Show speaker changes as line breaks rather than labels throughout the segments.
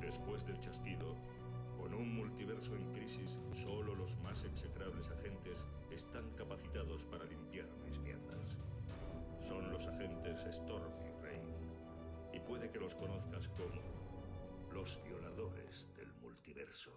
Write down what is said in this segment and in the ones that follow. Después del chasquido, con un multiverso en crisis, solo los más execrables agentes están capacitados para limpiar mis mierdas. Son los agentes Storm y Rain, y puede que los conozcas como los violadores del multiverso.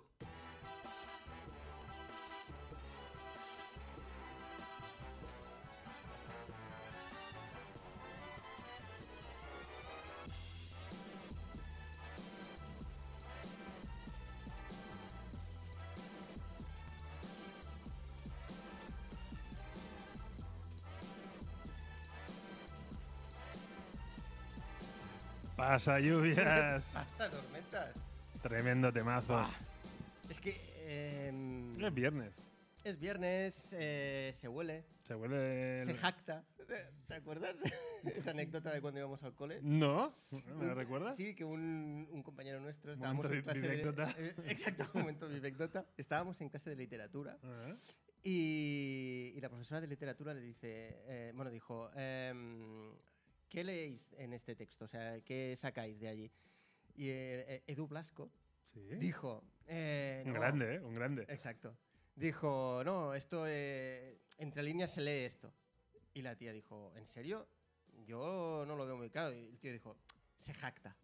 Pasa lluvias.
Pasa tormentas.
Tremendo temazo.
Es que em,
Es viernes.
es viernes, eh, se huele,
Se vuelve. el-
se jacta. ¿Te- ¿Te acuerdas esa anécdota de cuando íbamos al cole?
No, ¿me lo recuerdas?
Sí, que un, un compañero nuestro estábamos
Momento
en clase
bibecdota.
de eh, exacto, momento bibecdota. Estábamos en clase de literatura
Ah,
y, y la profesora de literatura le dice, eh, bueno, dijo, em, ¿qué leéis en este texto? O sea, ¿qué sacáis de allí? Y eh, Edu Blasco
sí.
dijo, eh,
Un
no,
grande, ¿eh? Un grande.
Exacto. Dijo, no, esto, eh, entre líneas se lee esto. Y la tía dijo, ¿en serio? Yo no lo veo muy claro. Y el tío dijo, se jacta.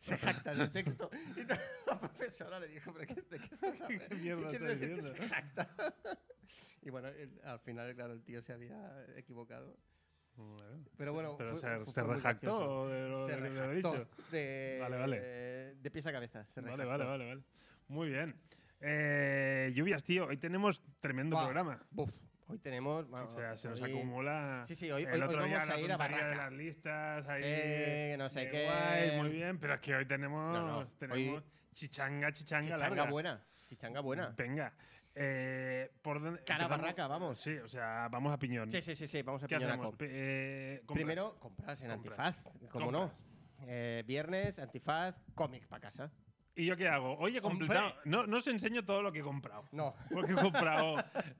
se jacta en el texto. Y la profesora le dijo, ¿pero qué, de qué estás hablando?
¿Qué mierda
¿Qué
estás
quieres decir que
diciendo?
se jacta? y bueno, el- al final, claro, el tío se había equivocado.
Bueno,
Pero
se-
bueno, fue-
se,
fue-
se
fue muy
rejactó
gracioso.
de lo,
se
de lo
rejactó
dicho.
De,
Vale, vale.
eh, de pies a cabeza. se
Vale,
rejactó.
vale, vale, vale. Muy bien. Eh, lluvias, tío. Hoy tenemos tremendo
Buah,
programa.
buf, hoy tenemos.
O sea, se nos
hoy-
acumula.
Sí, sí, hoy-
el
hoy-
otro
hoy
día
vamos
la
a ir a
tontería de
Barraca.
las listas. Ahí,
Sí,
de-
no sé
de
qué.
guays, muy bien, pero es que hoy tenemos,
No, no,
tenemos
hoy-
chichanga, chichanga,
Chichanga
larga.
buena. Chichanga buena.
Venga. Eh, ¿por dónde-
Cara
empezamos?
barraca, vamos.
Sí, o sea, vamos a piñón.
Sí, sí, sí, sí, vamos a
¿Qué
pillar la
hacemos?
comp.
Pe- eh, compras.
Primero, compras en
Compras.
antifaz, como no.
Compras.
Eh, viernes, antifaz, cómic para casa.
¿Y yo qué hago? Hoy he
¡Hombre!
completado. No, no os enseño todo lo que he comprado.
No.
Porque he comprado.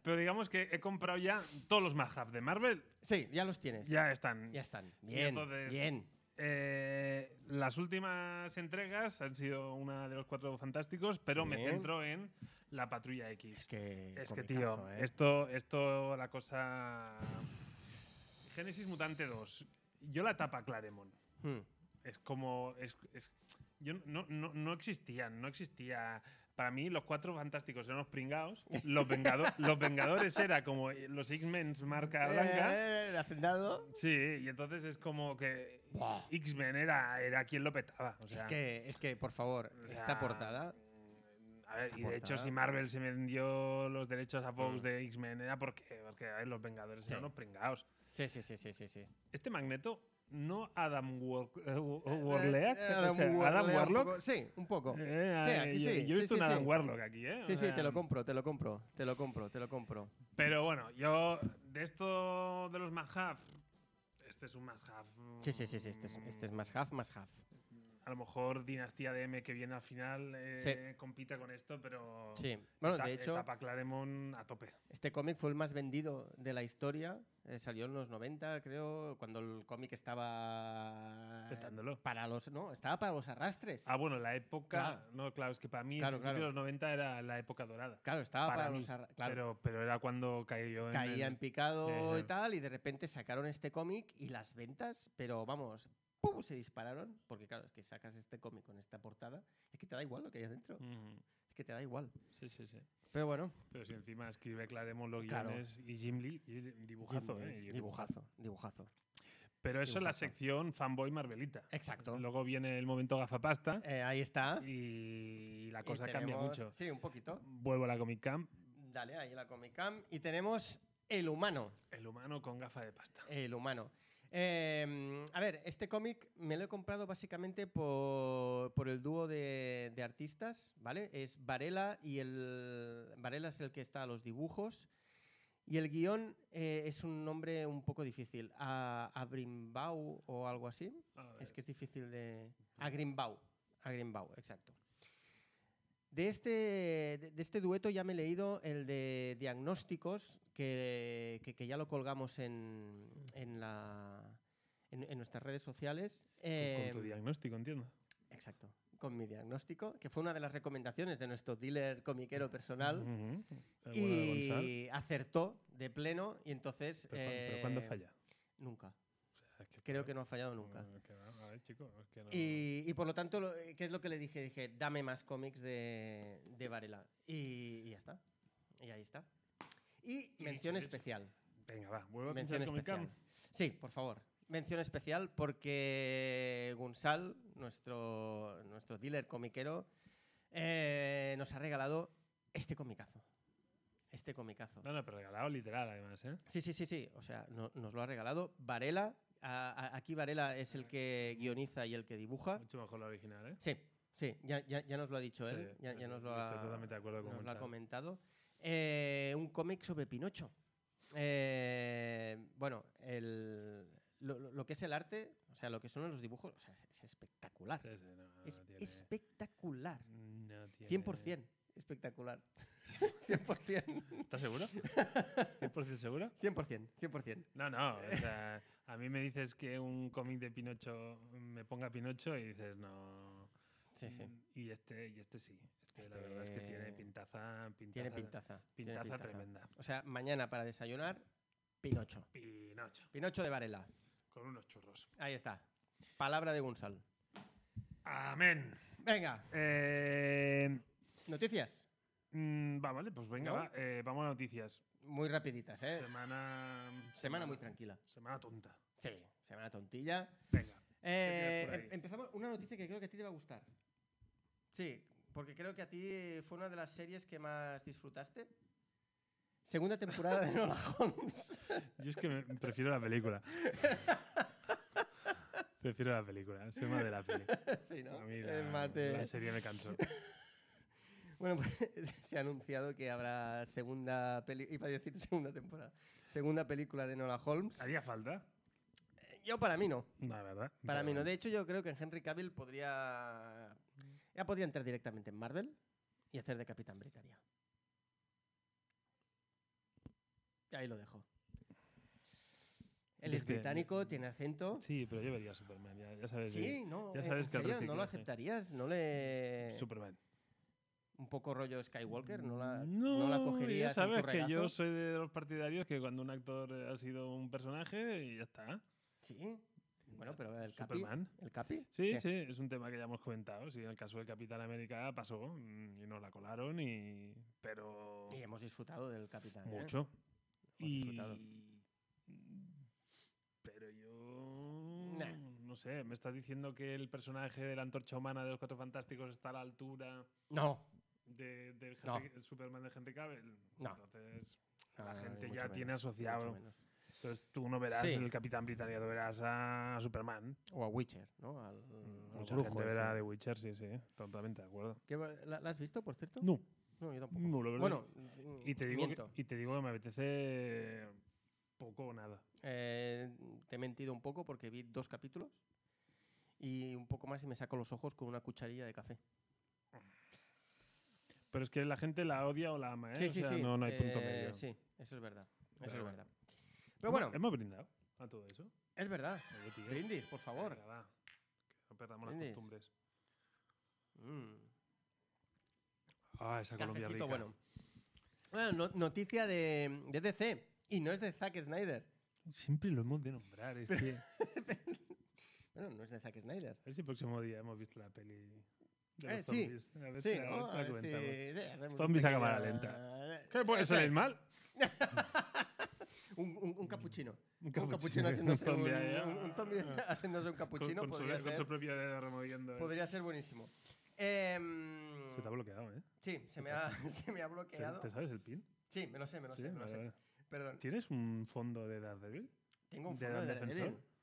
pero digamos que he comprado ya todos los Mahab de Marvel.
Sí, ya los tienes.
Ya están.
Ya están.
Y
Bien.
entonces,
bien.
eh, las últimas entregas han sido una de los cuatro fantásticos, pero me
Sí.
centro en la Patrulla X.
Es que.
Es que,
comicazo,
tío,
¿eh?
esto, esto, la cosa. Génesis Mutante 2. Yo la tapa Claremont.
Hmm.
Es como. Es, es- yo no, no, no existían, no existía. Para mí, los cuatro fantásticos eran los pringados. Los, vengado- los Vengadores era como los X-Men marca blanca.
Eh, el hacendado.
Sí, y entonces es como que X-Men era, era quien lo petaba. o
es,
sea,
que, es que, por favor,
o sea, mm,
esta portada.
a ver,
Esta
y de hecho,
portada. Mm.
si Marvel se vendió los derechos a Fox de X-Men, era porque, porque a ver, los Vengadores eran
Sí.
unos pringados.
Sí, sí, sí, sí, sí. sí.
Este magneto, no Adam War- eh, Wa-
Eh,
Warleak,
eh,
o sea,
Warleak
Adam
un
Warlock.
poco- Sí, un poco.
Eh,
sí,
eh, yo,
aquí sí.
yo he
sí,
visto
sí,
un Adam
sí.
Warlock aquí, ¿eh?
Sí,
O
sí,
sea,
te lo compro, te lo compro, te lo compro, te lo compro.
Pero bueno, yo de esto de los Mahaf, este es un Mahaf.
Sí, sí, sí, sí, este es, este es más half, más half.
A lo mejor Dinastía de M que viene al final eh, compita con esto, pero.
Sí. Bueno,
eta-
de hecho-
Etapa Claremont a tope.
Este cómic fue el más vendido de la historia. eh, salió en los 90, creo, cuando el cómic estaba.
Petándolo.
Para los, no, estaba para los arrastres.
Ah, bueno, la época.
Claro.
No, claro, es que para mí,
Claro,
el principio
claro.
de los 90 era la época dorada.
Claro, estaba para,
mí.
los arrastres. Claro,
Pero, pero era cuando caí yo en.
caía
el-
en picado
Ejé.
y tal, y de repente sacaron este cómic y las ventas, pero vamos, ¡pum! se dispararon. Porque claro, es que sacas este cómic con esta portada, es que te da igual lo que hay adentro.
Ujú.
Es que te da igual.
Sí, sí, sí.
Pero bueno,
Pero si encima escribe Claremont los
Claro.
guiones y Jim Lee, y dibujazo,
Jim,
¿eh? Y-
dibujazo, dibujazo.
Pero eso es la
Dibujazo.
sección fanboy Marvelita.
Exacto.
Luego viene el momento gafapasta
Eh, ahí está.
y la cosa
Y
cambia
tenemos-
mucho.
Sí, un poquito.
Vuelvo a la Comic Camp.
Dale, ahí la Comic Cam. Y tenemos El Humano.
El humano con gafa de pasta.
El Humano. Eh, a ver, este cómic me lo he comprado básicamente por, por el dúo de, de artistas, ¿vale? Es Varela y el. Varela es el que está a los dibujos. Y el guión eh, es un nombre un poco difícil. A, Abrimbau o algo así.
A ver.
Es que es difícil de. A Grimbau. A Grimbau, exacto. De este, de de este dueto ya me he leído el de diagnósticos, que, que- que ya lo colgamos en, en la- en- en nuestras redes sociales.
Con-
Eh,
con tu diagnóstico, entiendo.
exacto. con mi diagnóstico, que fue una de las recomendaciones de nuestro dealer comiquero personal.
Ujú. El bueno de Gonzalo.
Y acertó de pleno y entonces...
Pero, cuan- pero
eh,
¿cuándo falla?
Nunca.
O sea,
Creo que no ha fallado nunca.
Mm, que no, a ver, chico, es que no-
Y, y por lo tanto, lo- eh, ¿qué es lo que le dije? Dije, dame más cómics de, de Varela. Y, y ya está. Y ahí está. Y
Y
mención
dicho, dicho.
especial.
Venga, va, vuelvo a
Mención
pinchar con mi
especial.
cam.
Sí, por favor. Mención especial porque Gunsal, nuestro, nuestro dealer comiquero, eh, nos ha regalado este comicazo. Este comicazo.
No, no, pero regalado literal, además, ¿eh?
Sí, sí, sí, sí. O sea, no- nos lo ha regalado Varela. A- a- aquí Varela es el que guioniza y el que dibuja.
Mucho mejor la original, ¿eh?
Sí, sí, ya, ya, ya nos lo ha dicho
Sí,
él. Ya, ya
eh,
nos lo ha,
Estoy totalmente de acuerdo con
nos lo ha
Gonzalo.
comentado. Eh, un cómic sobre Pinocho. Eh, bueno, el- lo, lo- lo que es el arte, o sea, lo que son los dibujos, o sea, es, es espectacular.
Sí, sí, no, no
es
tiene-
espectacular.
no tiene-
100% espectacular. 100%.
¿Estás seguro? ¿100% seguro?
100%, 100%.
No, no, o sea, a mí me dices que un cómic de Pinocho me ponga Pinocho y dices no.
Sí, sí.
Mm, Y este, y este sí. Este, la
Este-
verdad es que tiene pintaza, pintaza,
Tiene pintaza. tiene
pintaza
pintaza.
tremenda.
O sea, mañana para desayunar, Pinocho.
Pinocho,
Pinocho de Varela.
con unos churros.
Ahí está. Palabra de Gunsal.
Amén.
Venga,
Eh,
noticias.
mm, va, vale, pues venga,
¿No?
va, eh, vamos a noticias.
Muy rapiditas, ¿eh?
Semana.
Semana muy tranquila.
Semana tonta.
Sí, semana tontilla.
Venga.
Eh,
¿Qué tienes por
em-
ahí?
empezamos una noticia que creo que a ti te va a gustar. Sí, porque creo que a ti fue una de las series que más disfrutaste. Segunda temporada de Nola Holmes.
Yo es que me- prefiero la película. prefiero la película, soy más de la peli.
sí, ¿no?
A mí
Es
la,
más de-
la serie me cansó.
Bueno, pues se ha anunciado que habrá segunda peli... Iba a decir segunda temporada. Segunda película de Nola Holmes.
¿Haría falta?
Yo para mí no.
No, la verdad.
Para
Pero
mí no. De hecho, yo creo que en Henry Cavill podría. Ya podría entrar directamente en Marvel y hacer de Capitán Britannia. Ahí lo dejo. Él
Yo
es
es que-
británico, tiene acento.
Sí, pero yo vería Superman, ya, ya sabes.
Sí, no.
ya
eh,
sabes
¿en
que el
serio? ¿No lo
reciclaje.
aceptarías? ¿No le.
Superman.
Un poco rollo Skywalker? Eh, ¿No la,
No,
no la
ya
cogerías? en tu
sabes que yo
regazo?
soy de los partidarios que cuando un actor eh, ha sido un personaje y ya está.
Sí. Bueno, pero el Capi.
Superman.
¿El Capi?
Sí,
¿Qué?
sí, es un tema que ya hemos comentado. Sí, en el caso del Capitán América pasó mm, y nos la colaron y... Pero...
Y hemos disfrutado del Capitán. ¿eh?
Mucho.
Hemos
Y...
disfrutado.
Pero yo...
Nah.
No sé, ¿me estás diciendo que el personaje de la antorcha humana de los Cuatro Fantásticos está a la altura
No.
de, del
No.
Henry- el Superman de Henry Cavill?
No.
Entonces,
No,
la
no, no,
gente
ni
ya
Ah, mucho
tiene
menos, ni mucho
asociado...
menos.
Entonces tú no verás
Sí.
el Capitán Británico, tú verás a Superman.
O a Witcher, ¿no? Al, al
Mm, Mucha
brujo
gente
ese.
verá The Witcher, sí, sí, totalmente de acuerdo.
¿Qué va- la, la has visto, por cierto?
No,
No, yo tampoco.
no, la verdad.
bueno, mm,
y te digo, que,
miento.
y te digo que me apetece poco o nada.
Eh, te he mentido un poco porque vi dos capítulos y un poco más y me saco los ojos con una cucharilla de café.
Pero es que la gente la odia o la ama, ¿eh?
Sí,
O
sí,
sea,
sí.
No, no hay punto
Eh,
medio.
Sí, eso es verdad. Eso
Pero
es
bueno. em-
verdad. Pero bueno,
Hemos brindado a todo eso.
es verdad.
Oye, tío,
Brindis, por favor.
venga, va, Que no perdamos las
Brindis.
costumbres.
Mm,
Ah, esa Colombia
cafecito
rica.
bueno. Bueno, no- noticia de, de DC. Y no es de Zack Snyder.
Siempre lo hemos de nombrar. Es que a
Bueno, no es de Zack Snyder.
ver si el próximo día hemos visto la peli de los
Eh, sí.
zombies. A pues. ver
Sí,
si la-
¿no?
si la
A ver si-
comentamos.
sí, hacemos un
Zombies a cámara
pequeño- Eh,
lenta. ¿Qué puede
Eso
salir
es.
mal?
Un, un, un capuchino.
Un
Un capuchino
capuchino,
haciéndose un,
un zombie ahí,
un- un zombie
ah.
haciéndose un capuchino
con, con su,
podría,
con su
ser,
propio dedo removiendo. ¿eh?
podría ser buenísimo. Em,
Se te ha bloqueado, ¿eh?
sí, se me ha, se me ha
¿Te,
bloqueado.
te sabes el pin?
Sí, me lo sé, me lo
Sí,
sé, me lo
vale,
sé.
vale.
Perdón.
¿Tienes un fondo de Daredevil?
Tengo un
¿De
fondo
Dan
de, Dan
Defensor?
Defensor.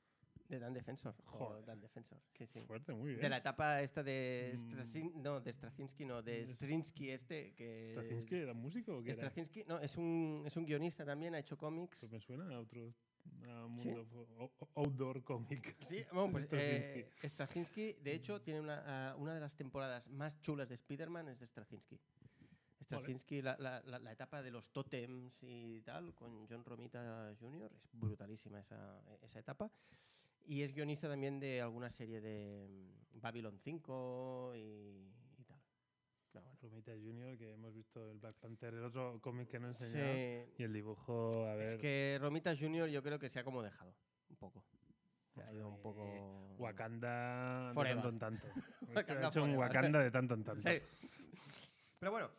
De Dan Defensor. o
Joder.
Dan Defensor. Sí, sí.
Fuerte, muy bien.
De la etapa esta de
Mm.
Straczyn- no, de Straczynski, no, de
Es-
Strinsky este, que...
¿Straczynski era músico o qué era?
Straczynski, no, es un, es un guionista también, ha hecho cómics.
Pues me suena a otro a un
¿Sí?
mundo o- o- outdoor comic.
Sí, bueno, pues
Straczynski.
eh, Straczynski, de hecho, tiene una, ah, una de las temporadas más chulas de Spider-Man es de Straczynski. Straczynski, la, la- la- la etapa de los totems y tal, con John Romita Jr., es brutalísima esa, esa etapa. Y es guionista también de alguna serie de mm, Babylon 5 y, y tal. Pero bueno.
Romita Junior, que hemos visto el Black Panther, el otro cómic que no he enseñado.
Sí,
Y el dibujo, a ver.
es que Romita Junior yo creo que se ha como dejado un poco. Se ha ido un
Eh,
poco...
Wakanda de
Forever.
tanto en tanto.
Wakanda
ha hecho un
forever.
Wakanda de tanto en tanto.
Sí. Pero bueno,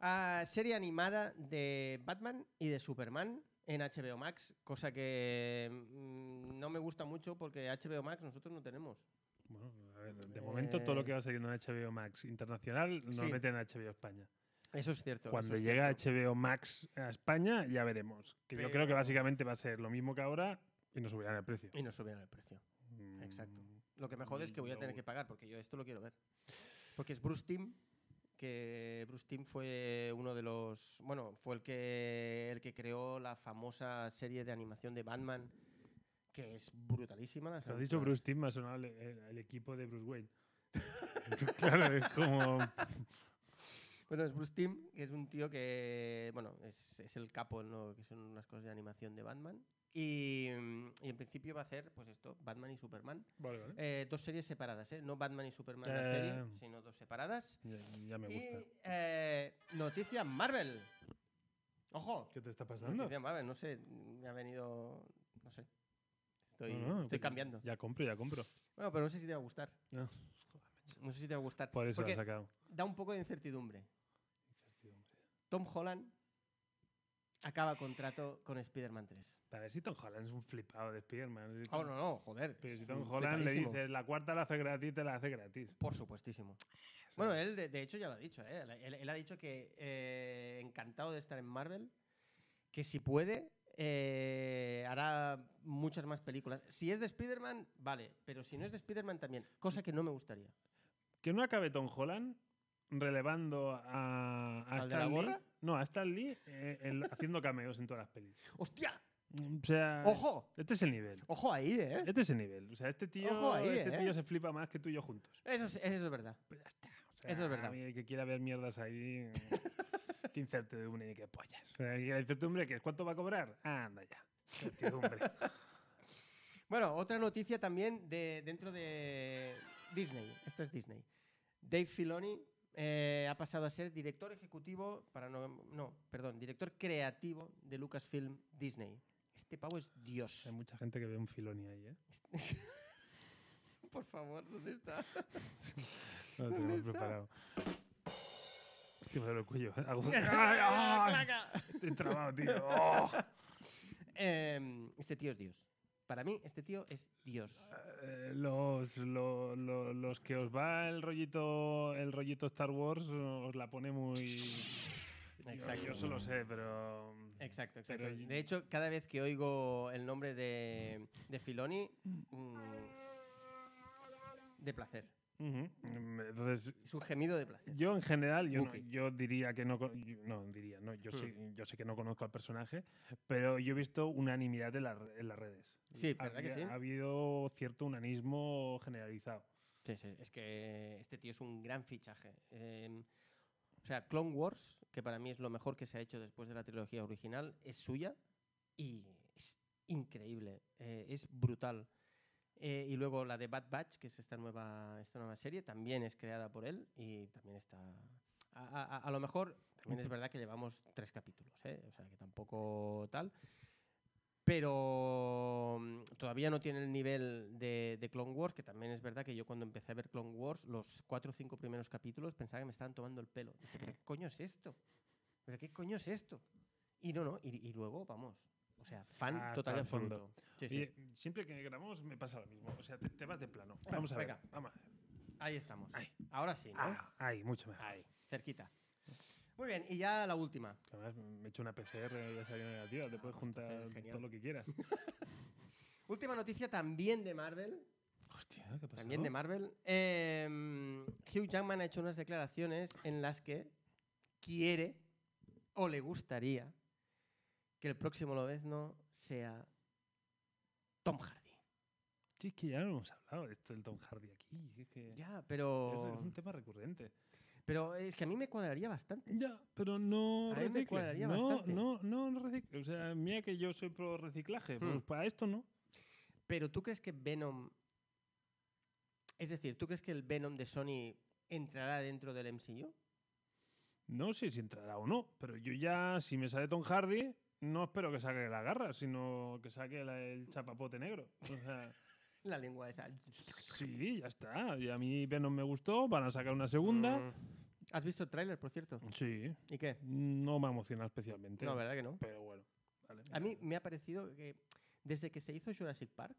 ah, serie animada de Batman y de Superman en HBO Max, cosa que mm, no me gusta mucho porque HBO Max nosotros no tenemos.
Bueno, a ver, de momento todo lo que va saliendo en HBO Max internacional nos
Eh, Sí.
meten en HBO España.
Eso es cierto.
Cuando
eso es
llega
cierto.
HBO Max a España ya veremos. Que yo creo que
Pero-
básicamente va a ser lo mismo que ahora y nos subirán el precio.
Y nos subieron el precio. Exacto.
Mm,
Lo que me jode es que voy a
No.
tener que pagar porque yo esto lo quiero ver. Porque es Bruce Timm, que Bruce Timm fue uno de los, bueno, fue el que el que creó la famosa serie de animación de Batman que es brutalísima. las
Lo has dicho
aventuras.
Bruce Timm, me ha sonado el, el- el equipo de Bruce Wayne. claro, es como.
Bueno, Pues es Bruce Timm, que es un tío que, bueno, es, es el capo en lo que son unas cosas de animación de Batman. Y, mm, y en principio va a hacer, pues esto, Batman y Superman.
Vale, vale.
Eh, dos series separadas, ¿eh? No Batman y Superman la serie,
Eh.
sino dos separadas.
Ya, ya me
Y
gusta.
eh, noticia Marvel. Ojo.
¿Qué te está pasando?
Noticia Marvel, no sé, me ha venido, no sé. Estoy,
No, no,
estoy
pues
cambiando.
Ya compro, ya compro.
Bueno, pero no sé si te va a gustar.
No.
No sé si te va a gustar.
Por eso lo
porque
he sacado.
da un poco de incertidumbre. Tom Holland acaba contrato con Spider-Man 3.
A ver si Tom Holland es un flipado de Spider-Man. Si
Oh,
Tom-
no, no, joder.
Pero si
es
Tom
un
Holland le
flipadísimo.
dices, la cuarta la hace gratis, te la hace gratis.
Por supuestísimo.
O sea,
Bueno, eh. él de, de hecho ya lo ha dicho, ¿eh? Él, él- él ha dicho que eh, encantado de estar en Marvel, que si puede, eh, hará muchas más películas. Si es de Spider-Man, vale, pero si no es de Spider-Man también, cosa que no me gustaría.
Que no acabe Tom Holland relevando a, a
¿Al de la
Stan Lee.
gorra?
No, a Stan Lee eh, en- haciendo cameos en todas las pelis.
¡Hostia!
O sea,
¡Ojo!
este es el nivel.
¡Ojo ahí, eh!
Este es el nivel. O sea, este tío,
Ojo ahí,
este
eh.
tío se flipa más que tú y yo juntos.
Eso es, eso es verdad.
Pues ya está. O
Eso es verdad.
a mí el que quiera ver mierdas ahí. qué incertidumbre y qué pollas. O sea, y la incertidumbre que es cuánto va a cobrar. Ah, anda ya. Incertidumbre.
Bueno, otra noticia también de dentro de Disney. Esto es Disney. Dave Filoni eh, ha pasado a ser director ejecutivo para no, no, perdón, director creativo de Lucasfilm Disney. Este pavo es Dios.
Hay mucha gente que ve un Filoni ahí, ¿eh?
Por favor, ¿dónde está?
No lo
¿Dónde
tenemos
está?
preparado. Hostia, me duele el cuello. Hago- ¡Ay,
¡Ah,
ay!
claca!
Estoy trabado, tío. ¡Oh!
Em, este tío es Dios. Para mí, este tío es Dios.
Eh, Los, lo- lo- los que os va el rollito, el rollito Star Wars os la pone muy. Yo-
Exacto. Eh.
Yo, solo sé, pero.
Exacto,
Pero
exacto.
y-
De hecho, cada vez que oigo el nombre de, de Filoni, mm, de placer.
Ujú. Entonces,
Es un gemido de placer.
Yo en general, yo, no-
Buki.
yo diría que no, con- yo- no diría, no, yo,
Hmm.
sé, yo sé que no conozco al personaje, pero yo he visto unanimidad en, la re- en las redes.
Sí, ¿verdad que
Había-
sí?
Ha habido cierto unanismo generalizado.
Sí, sí, es que este tío es un gran fichaje. Eh, o sea, Clone Wars, que para mí es lo mejor que se ha hecho después de la trilogía original, es suya y es increíble, eh, es brutal. Eh, y luego la de Bad Batch, que es esta nueva, esta nueva serie, también es creada por él y también está... A, a- a- a lo mejor también es verdad que llevamos tres capítulos, ¿eh? o sea que tampoco tal, pero mm, todavía no tiene el nivel de, de Clone Wars, que también es verdad que yo cuando empecé a ver Clone Wars, los cuatro o cinco primeros capítulos pensaba que me estaban tomando el pelo. Dije, ¿qué coño es esto? ¿Pero qué coño es esto? Y no, no, y, y luego, vamos, o sea, fan
Hasta
total y
Ah, el fondo.
absoluto. Sí, sí.
Oye, siempre que grabamos me pasa lo mismo. O sea, te, te vas de plano. Vamos a ver.
venga.
Vamos a ver.
Ahí estamos.
Ahí.
Ahora sí, ¿no?
Ah, ahí, mucho mejor.
Ahí, cerquita. Muy bien, y ya la última.
Además, me he hecho una PCR y ya salió negativa. Te
Ah,
puedes
pues entonces
juntar
es genial.
todo lo que quieras.
Última noticia también de Marvel.
Hostia, ¿qué pasa?
También de Marvel. Em, Hugh Jackman ha hecho unas declaraciones en las que quiere o le gustaría que el próximo Lobezno sea Tom Hardy.
Sí, es que ya lo hemos hablado de esto del Tom Hardy aquí. Es que es-
Ya,
es
pero.
un tema recurrente.
Pero es que a mí me cuadraría bastante.
Ya, pero no
A mí me
recicla.
cuadraría
no,
bastante.
no, no, no recicla. O sea, mira que yo soy pro reciclaje,
Hmm.
pues para esto no.
Pero ¿tú crees que Venom... Es decir, ¿tú crees que el Venom de Sony entrará dentro del MCU?
No sé si entrará o no, pero yo ya, si me sale Tom Hardy, no espero que saque la garra, sino que saque la- el chapapote negro. O sea,
La lengua esa.
sí, ya está. Y a mí Venom me gustó, van a sacar una segunda.
Mm. ¿Has visto el tráiler, por cierto?
Sí,
¿Y qué?
no me emociona especialmente.
No, ¿verdad que no?
Pero bueno. vale,
A mí
vale.
me ha parecido que desde que se hizo Jurassic Park,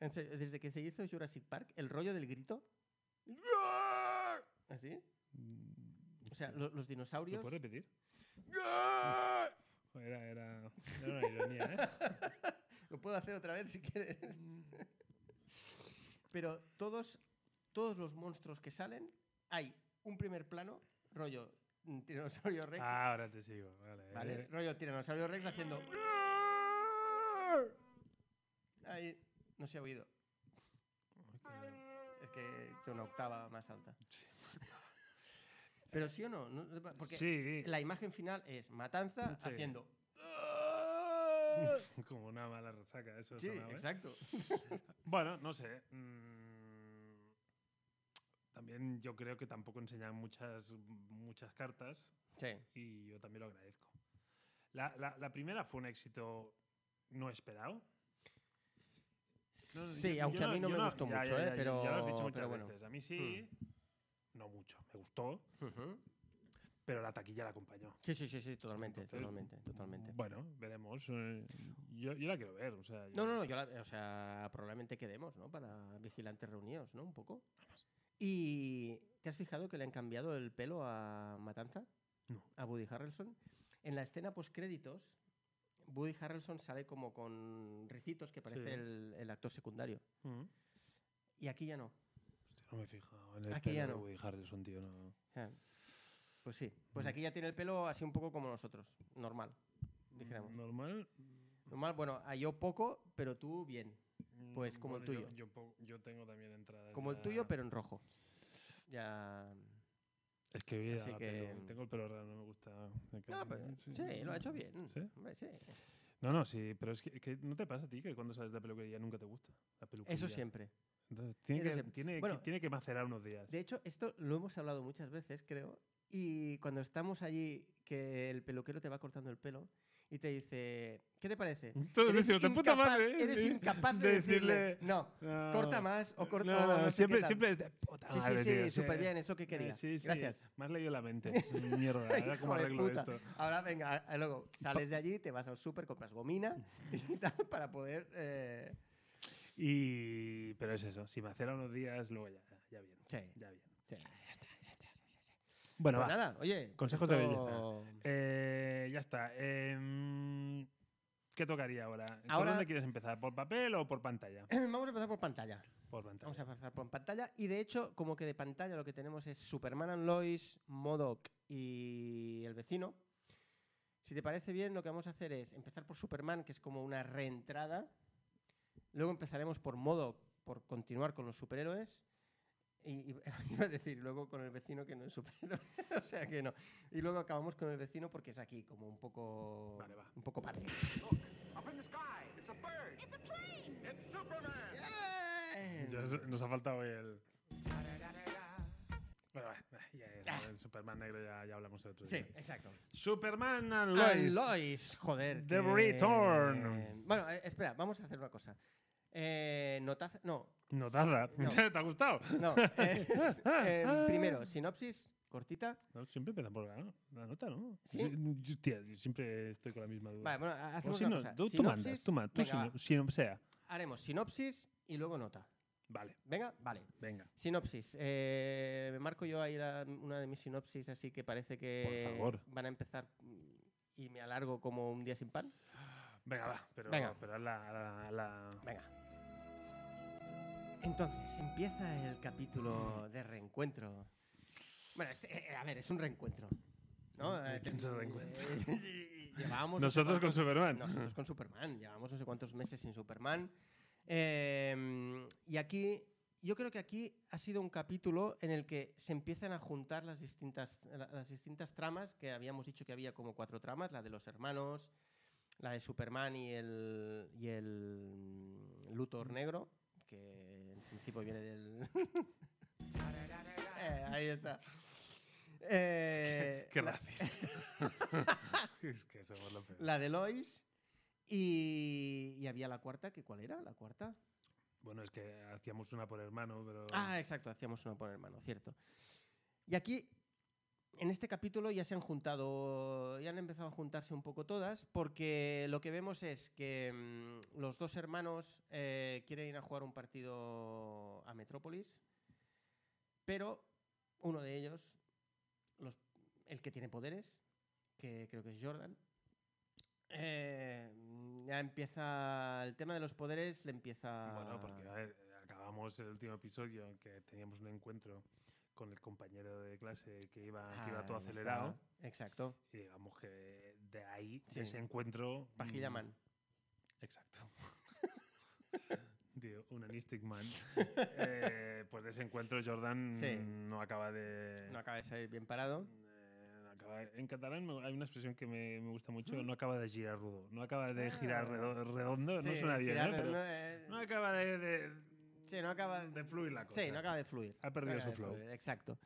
en serio, desde que se hizo Jurassic Park, el rollo del grito... ¿Así? O sea, lo- los
¿Lo
dinosaurios...
puedes repetir?
¡Ah!
Era, era, era una ironía, ¿eh?
Lo puedo hacer otra vez si quieres. Pero todos, todos los monstruos que salen, hay un primer plano, rollo mm, tiranosaurio rex,
Ahora te sigo. Vale.
¿vale? Rollo tiranosaurio rex haciendo... Ahí, no se ha oído. Es que he hecho una octava más alta. Pero sí o no, ¿no? porque
sí,
la imagen final es matanza
Sí.
haciendo...
como una mala resaca, eso
Sí,
sonaba, ¿eh?
exacto.
Bueno, no sé. mm, También yo creo que tampoco enseñan muchas, muchas cartas
Sí.
y yo también lo agradezco. La, la- la primera fue un éxito no esperado. No,
Sí,
yo- yo
aunque a mí no, me gustó
ya,
mucho,
ya,
¿eh?
ya,
pero,
ya lo has dicho muchas
pero bueno. Hmm.
veces. A mí sí, no mucho, me gustó,
Ujú.
pero la taquilla la acompañó.
Sí, sí, sí, sí, totalmente,
Entonces,
totalmente, totalmente.
Bueno, veremos. eh, Yo, yo la quiero ver. O sea, yo-
No, no, no, yo la- o sea, probablemente quedemos, ¿no? Para vigilantes reunidos, ¿no? Un poco. ¿Y te has fijado que le han cambiado el pelo a Matanza?
No.
A Woody Harrelson. En la escena postcréditos, Woody Harrelson sale como con ricitos que parece
Sí.
el, el actor secundario.
Mm.
Y aquí ya no.
Hostia, no me he fijado en el
Aquí ya
pelo
no.
de Woody Harrelson, tío. no.
Ah, Pues sí, pues
Mm.
aquí ya tiene el pelo así un poco como nosotros, normal. Dijéramos.
Normal.
Normal, bueno, a yo poco, pero tú bien. Pues
Mm,
como el
bueno,
tuyo.
Yo, yo po- yo tengo también entradas.
Como el
ya-
tuyo, pero en rojo. Ya.
Es que vida,
Así que-
pelo. tengo el pelo raro, no me gusta. Me
No,
cae-
pero sí, lo ha hecho bien.
¿Sí? Mm.
Hombre, sí.
No, no, sí, pero es que, que no te pasa a ti que cuando sales de la peluquería nunca te gusta la peluquería.
Eso siempre.
Entonces, tiene,
Eso
que,
siempre.
Tiene, que-
Bueno,
tiene que macerar unos días.
De hecho, esto lo hemos hablado muchas veces, creo. Y cuando estamos allí, que el peluquero te va cortando el pelo y te dice, ¿qué te parece?
Entonces, dices, "De puta
incapaz-
madre, ¿eh?
eres
sí,
incapaz de,
de
decirle,
decirle,
no,
No,
corta más o corta
no,
no sé qué
siempre,
tal".
siempre es de puta
Sí, sí,
madre, tío,
sí, súper bien, es lo que quería.
Sí, sí,
Gracias.
Me has leído la mente. Mierda, ahora
Hijo
cómo
de
arreglo
puta.
esto.
Ahora, venga, a- luego sales de allí, te vas al súper, compras gomina y tal para poder. eh,
Y, pero es eso, si macera unos días, luego ya, ya bien.
Sí.
Ya bien.
sí.
Bueno,
Pues
va.
nada, oye.
Consejos de
belleza.
Eh, ya está. Em, ¿Qué tocaría ahora? ¿Por
Ahora-
dónde quieres empezar? ¿Por papel o por pantalla?
Vamos a empezar por pantalla.
Por pantalla.
Vamos a empezar por pantalla. Y de hecho, como que de pantalla lo que tenemos es Superman and Lois, Modoc y el vecino. Si te parece bien, lo que vamos a hacer es empezar por Superman, que es como una reentrada. Luego empezaremos por Modoc, por continuar con los superhéroes. Y, y- iba a decir, luego con el vecino que no es superhéroe. o sea que no. Y luego acabamos con el vecino porque es aquí, como un poco.
Vale, va.
Un poco padre.
Up in the sky, it's a bird. It's a plane. It's Superman.
Ya se- nos ha faltado el. Bueno, va, va, ya, ya,
Ah.
el Superman negro ya, Pues ya hablamos de otro
Sí,
día.
exacto.
Superman and
Lois.
Lois.
joder.
The Return.
Bueno, eh, espera, vamos a hacer una cosa. Eh, notaz- No,
No tarda.
No.
¿Te ha gustado?
no. eh, eh, primero, sinopsis cortita.
No, siempre empiezan por la, no- la nota, ¿no?
¿Sí?
Yo- yo- tía, yo siempre estoy con la misma duda.
Vale, bueno, ha-
O
hacemos
si
una
no,
cosa.
tú, tú
Sinopsis,
mandas, tú mandas, tú
venga, va.
sino- sinopsea.
Haremos sinopsis y luego nota.
Vale,
Venga, vale.
venga.
Sinopsis. Eh, me marco yo ahí la- una de mis sinopsis, así que parece que
Por favor.
van a empezar mm, y me alargo como un día sin pan.
Venga, va, pero,
Venga.
pero haz la- la- la,
Venga. Entonces, empieza el capítulo de reencuentro. Bueno, este, eh, eh, a ver, es un reencuentro. ¿no?
¿De
Eh,
quién se reencuentra?
eh, llevábamos no sé
Nosotros con
cuántos-
Superman.
Nosotros con Superman. Llevamos no sé cuántos meses sin Superman. Eh, y aquí, yo creo que aquí ha sido un capítulo en el que se empiezan a juntar las distintas, la- las distintas tramas, que habíamos dicho que había como cuatro tramas, la de los hermanos, la de Superman y el, y el mm, Luthor Negro, que en principio viene del... Eh, ahí está. Eh,
Qué
la-
racista. es que somos lo peor.
la de Lois. Y, y había la cuarta, que ¿cuál era? La cuarta.
Bueno, es que hacíamos una por hermano, pero.
Ah, exacto, hacíamos una por hermano, cierto. Y aquí, en este capítulo ya se han juntado, ya han empezado a juntarse un poco todas, porque lo que vemos es que mm, los dos hermanos eh, quieren ir a jugar un partido a Metrópolis, pero uno de ellos, los- el que tiene poderes, que creo que es Jordan, eh, ya empieza el tema de los poderes, le empieza...
Bueno, porque a ver, acabamos el último episodio en que teníamos un encuentro con el compañero de clase que iba, que iba
Ah,
todo
ya está.
acelerado.
Exacto.
Y digamos que de ahí,
Sí.
de ese encuentro.
Pajilla
mm,
man.
Exacto. de Unanistic Man. Eh, pues de ese encuentro, Jordan
Sí.
no acaba de.
No acaba de salir bien parado.
Eh, no acaba- En catalán me- hay una expresión que me, me gusta mucho, no acaba de girar rudo, no acaba de girar
Ah.
redo- redondo, no
Sí,
suena
sí,
bien,
ya
¿eh?
no-
Pero
no, eh,
no acaba de, de,
sí, no acaba
de fluir la cosa.
Sí, no acaba de fluir.
Ha perdido
No acaba
su
de
flow.
fluir, Exacto.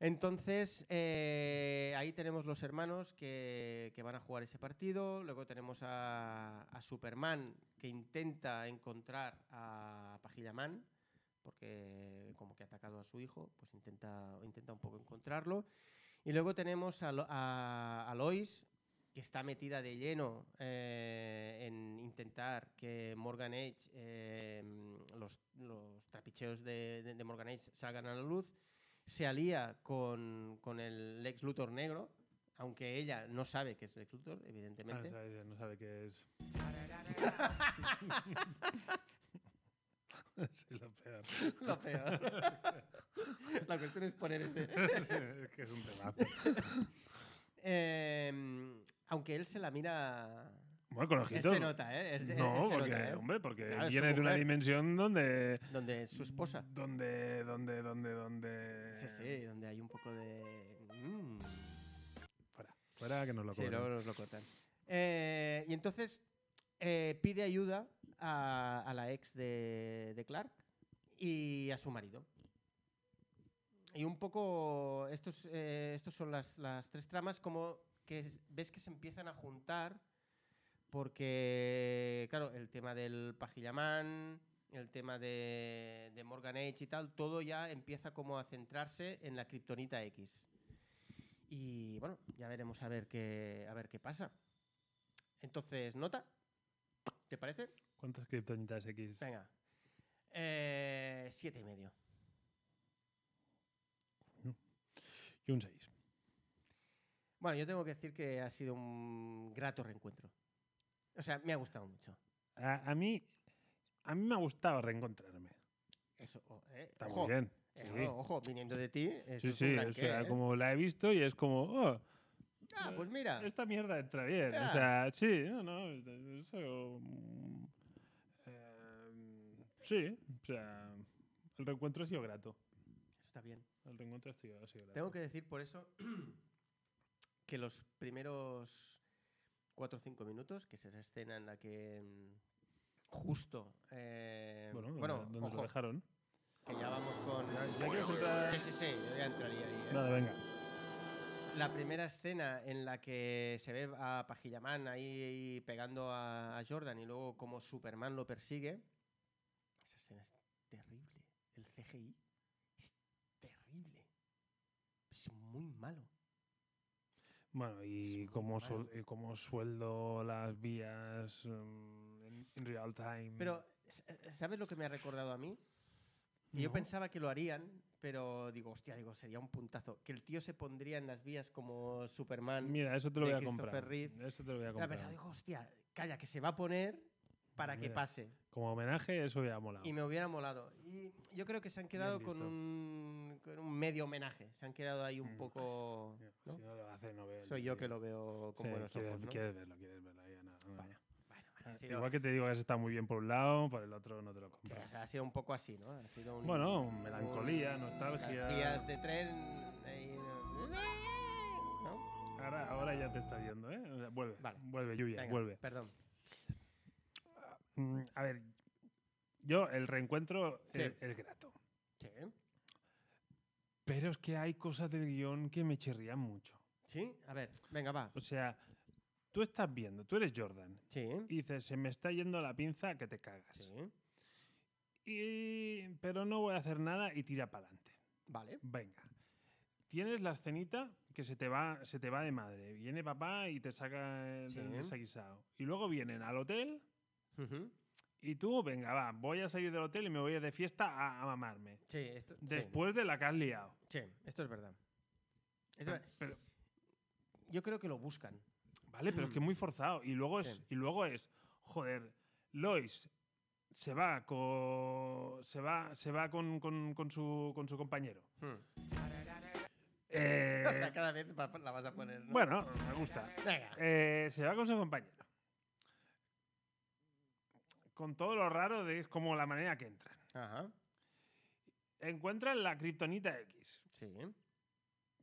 Entonces, eh, ahí tenemos los hermanos que, que van a jugar ese partido. Luego tenemos a, a Superman que intenta encontrar a Pajilla Man, porque como que ha atacado a su hijo, pues intenta, intenta un poco encontrarlo. Y luego tenemos a, Lo- a- a Lois, que está metida de lleno eh, en intentar que Morgan Edge, eh, mm, los, los trapicheos de, de- de Morgan Edge salgan a la luz, se alía con, con el Lex Luthor negro, aunque ella no sabe que es Lex Luthor,
Ah,
evidentemente.
sabe- no sabe qué es. Soy lo peor.
Lo peor. la cuestión es poner ese.
Sí, es que es un temazo.
Em, aunque él se la mira.
Bueno, con
Él
ojitos.
se nota, ¿eh? Él- él- él
No,
se
porque,
nota, ¿eh?
hombre, porque
Claro, es su
viene de una
mujer.
dimensión donde.
Donde es su esposa.
Donde, donde, donde, donde.
Sí, sí, donde hay un poco de. mm.
Fuera. Fuera que nos lo
Sí,
cobran.
luego nos lo cortan. Eh, y entonces eh, pide ayuda a, a la ex de, de Clark y a su marido. Y un poco, estos, eh, estos son las, las tres tramas como que es- ves que se empiezan a juntar porque, claro, el tema del pajillamán, el tema de, de Morgan Edge y tal, todo ya empieza como a centrarse en la kriptonita X. Y bueno, ya veremos a ver qué, a ver qué pasa. Entonces, nota. ¿Te parece?
¿Cuántas criptonitas X?
Venga. Eh, siete y medio.
Y un 6.
Bueno, yo tengo que decir que ha sido un grato reencuentro. O sea, me ha gustado mucho.
A, a mí. A mí me ha gustado reencontrarme.
Eso, o- eh,
Está
ojo,
muy bien.
eh,
sí.
ojo, ojo, viniendo de ti. Eso
Sí,
es
sí,
un gran
o
qué,
sea,
¿eh?
como la he visto y es como, oh,
Ah, pues mira.
esta mierda entra bien.
Ya.
O sea, sí, no, no, eso. mm, eh, sí, o sea, el reencuentro ha sido grato.
Está bien.
El reencuentro ha sido, ha sido grato.
Tengo que decir por eso que los primeros 4 o 5 minutos, que es esa escena en la que mm, justo... eh,
Bueno,
bueno,
donde,
ojo,
lo dejaron.
que ya vamos con...
ya quieres entrar-
Sí, sí, sí, yo ya entraría ahí. ¿eh?
Nada, venga.
La primera escena en la que se ve a Pajillamán ahí pegando a, a Jordan y luego como Superman lo persigue. Esa escena es terrible. El CGI es terrible. Es muy malo.
Bueno, y
muy
como,
malo.
suel- y como sueldo las vías mm, en, en real time.
Pero, s- eh, ¿sabes lo que me ha recordado a mí? Y Yo
Mm. No.
pensaba que lo harían, pero digo, hostia, digo, sería un puntazo. Que el tío se pondría en las vías como Superman.
Mira, eso te lo
de
voy a
Christopher
comprar.
Reeve.
Eso te lo voy a
Y la
comprar.
pensaba, digo, hostia, calla, que se va a poner para que
Mira.
pase.
Como homenaje, eso ya ha molado.
Y me hubiera molado. Y yo creo que se han quedado con
visto.
un, con un medio homenaje. Se han quedado ahí un
Mm.
poco.
Ya,
¿no?
Si no lo hace, no veo el
Soy yo
vídeo.
que lo veo con
Sí,
buenos
quieres,
ojos. ¿no?
quieres verlo, quieres verlo. ya no, no,
Vale. Bueno,
Ah,
bueno, ha sido-
Igual que te digo que has estado muy bien por un lado, por el otro no te lo
sí,
compras.
o sea, ha sido un poco así, ¿no? Ha sido un-
bueno, melancolía,
un-
nostalgia.
Las vías de tren. ahí, ¿no? ¿No?
ahora, ahora ya te está yendo, ¿eh? O sea, vuelve,
Vale.
vuelve, Yuya,
Venga,
vuelve.
Perdón.
Mm, A ver, yo el reencuentro
Sí.
es, es grato.
Sí.
Pero es que hay cosas del guión que me chirrían mucho.
Sí, a ver. Venga, va.
O sea, tú estás viendo, tú eres Jordan,
Sí.
y dices, se me está yendo la pinza que te cagas.
Sí.
Y- pero no voy a hacer nada y tira para adelante.
Vale.
Venga. Tienes la escenita que se te va, se te va de madre. Viene papá y te saca el
Sí.
desaguisado. Y luego vienen al hotel
Ujú.
y tú, venga, va, voy a salir del hotel y me voy a ir de fiesta a, a mamarme.
Sí, esto, sí,
Después de la que has liado.
sí, esto es verdad. Esto-
Pero- pero-
yo creo que lo buscan.
Vale, pero es que es muy forzado. Y luego es,
Sí.
y luego es joder, Lois se va con. se va, se va con, con- con su, con su compañero. Hmm. Eh,
O sea, cada vez va- la vas a poner. ¿no?
bueno, me gusta.
Venga.
Eh, se va con su compañero. Con todo lo raro de es como la manera que entran.
Ajá.
Encuentran la kriptonita X,
Sí.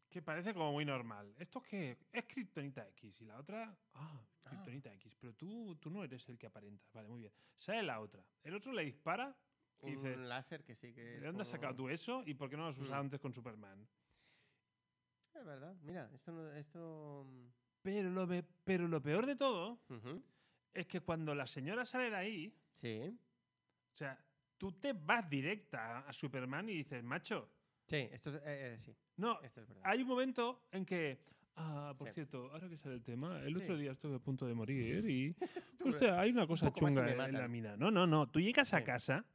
que parece como muy normal. ¿Esto qué? Es kriptonita X. Y la otra, ah, kriptonita X. Pero tú, tú no eres el que aparentas. Vale, muy bien. Sale la otra. El otro le dispara y dice,
Un láser que sí que.
¿de
es
dónde has
como-
sacado tú eso? ¿Y por qué no lo has usado
Mm.
antes con Superman?
Es verdad. Mira, esto. no- esto... mm,
Pero lo, ve- pero lo peor de todo
Ujú.
es que cuando la señora sale de ahí,
Sí.
O sea, tú te vas directa a Superman y dices, macho,
Sí, esto es. eh, eh, sí,
no,
esto es verdad.
hay un momento en que... Ah, por
Sí.
cierto, ahora que sale el tema, el
Sí.
otro día estuve a punto de morir y...
Esto-
Hostia, hay una cosa
poco más y
chunga
me
en- en la
matan.
mina. No, no, no, tú llegas a
Sí.
casa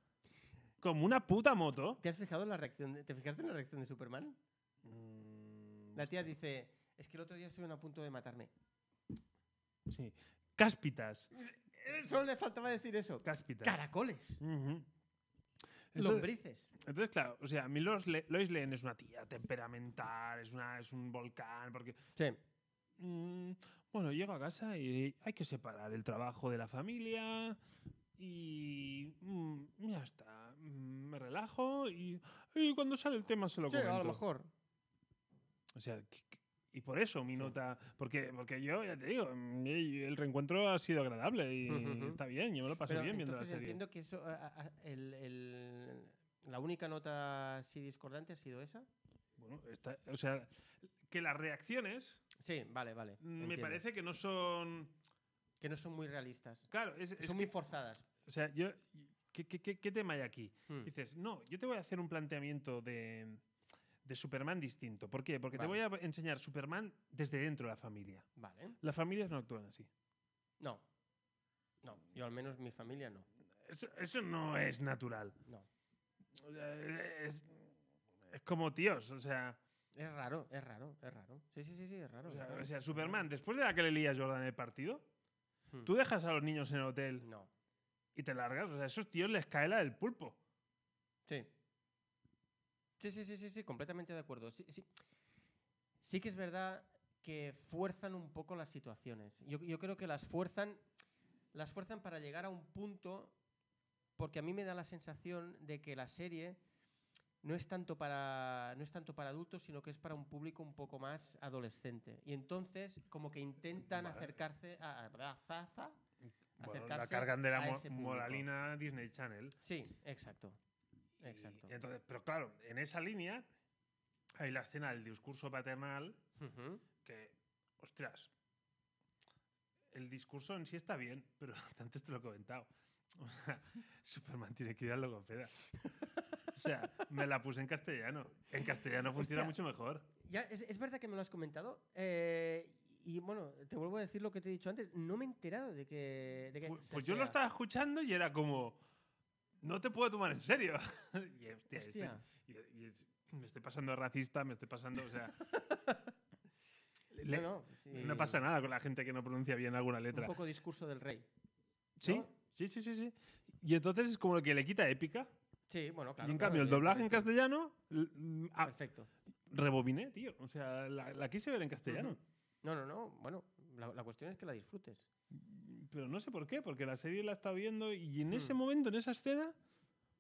como una puta moto.
¿Te has fijado en la reacción? de- ¿Te fijaste en la reacción de Superman?
Mm,
La tía dice. Es que el otro día estuvieron a punto de matarme.
Sí. Cáspitas.
Eh, Solo le faltaba decir eso.
Cáspitas.
Caracoles.
Ujú. Entonces-
Lombrices.
Entonces, claro, o sea, a mí Lois, Le- Lois Lane es una tía temperamental, es, una, es un volcán, porque
Sí.
Mm, bueno, llego a casa y hay que separar el trabajo de la familia y mm, ya está. Mm, me relajo y, y cuando sale el tema se lo
Sí,
comento.
a lo mejor.
O sea, que- que- y por eso mi
Sí.
nota, porque porque yo ya te digo, mm, y el reencuentro ha sido agradable y
Ujú, ujú.
está bien, yo me lo pasé
Pero
bien viendo la
entonces
serie.
entiendo que eso, a- a- a- el- el- la única nota así discordante ha sido esa.
Bueno, está- o sea, que las reacciones
Sí, vale, vale.
mm, me
entiendo.
parece que no son,
que no son muy realistas.
claro, es, es
son
que-
muy forzadas.
o sea, yo ¿qué- qué- qué- qué tema hay aquí?
Hmm.
Dices, no, yo te voy a hacer un planteamiento de, de Superman distinto. ¿Por qué? Porque
Vale.
te voy a enseñar Superman desde dentro de la familia.
Vale.
Las familias no actúan así.
No. No, yo al menos mi familia no.
Eso, eso no es natural.
No.
O sea, Es, es como tíos. O sea,
Es raro, es raro, es raro. Sí, sí, sí, sí, es raro.
o
es
sea,
raro.
o sea, Superman, después de la que le lía Jordan el partido,
Hmm.
tú dejas a los niños en el hotel
No.
y te largas. O sea, a esos tíos les cae la del pulpo.
Sí. Sí, sí, sí, sí, sí, completamente de acuerdo. Sí, sí. sí que es verdad que fuerzan un poco las situaciones. Yo, yo creo que las fuerzan, las fuerzan para llegar a un punto, porque a mí me da la sensación de que la serie no es tanto para, no es tanto para adultos, sino que es para un público un poco más adolescente. Y entonces, como que intentan
Vale.
acercarse a, a- a- a-
Bueno, la
Acercarse
cargan de la
a
mo-
ese público.
moralina Disney Channel.
Sí, exacto.
Y-
Exacto.
y entonces, pero claro, en esa línea hay la escena del discurso paternal
Ujú.
que, ostras, el discurso en sí está bien, pero antes te lo he comentado. O sea, Superman tiene que ir al logopeda. O sea, me la puse en castellano. En castellano funciona
Hostia.
mucho mejor.
Ya, es, es verdad que me lo has comentado. eh, y bueno, te vuelvo a decir lo que te he dicho antes. No me he enterado de que. de que
Pu- Pues,
se
yo lo
sea-
estaba escuchando y era como, no te puedo tomar en serio. y, hostia, estoy-
Hostia.
y- y es- me estoy pasando de racista, me estoy pasando, o sea... le-
No, no, sí.
No pasa nada con la gente que no pronuncia bien alguna letra.
Un poco discurso del rey.
¿Sí?
¿no?
sí, sí, sí, sí. Y entonces es como que le quita épica.
Sí, bueno, claro.
y en
claro,
cambio, el doblaje en
evidentemente.
castellano. l- mm, ah,
Perfecto.
rebobiné, tío. O sea, la, la quise ver en castellano.
No, no, no. Bueno, la, la cuestión es que la disfrutes.
Pero no sé por qué, porque la serie la está viendo y en
Hmm.
ese momento, en esa escena,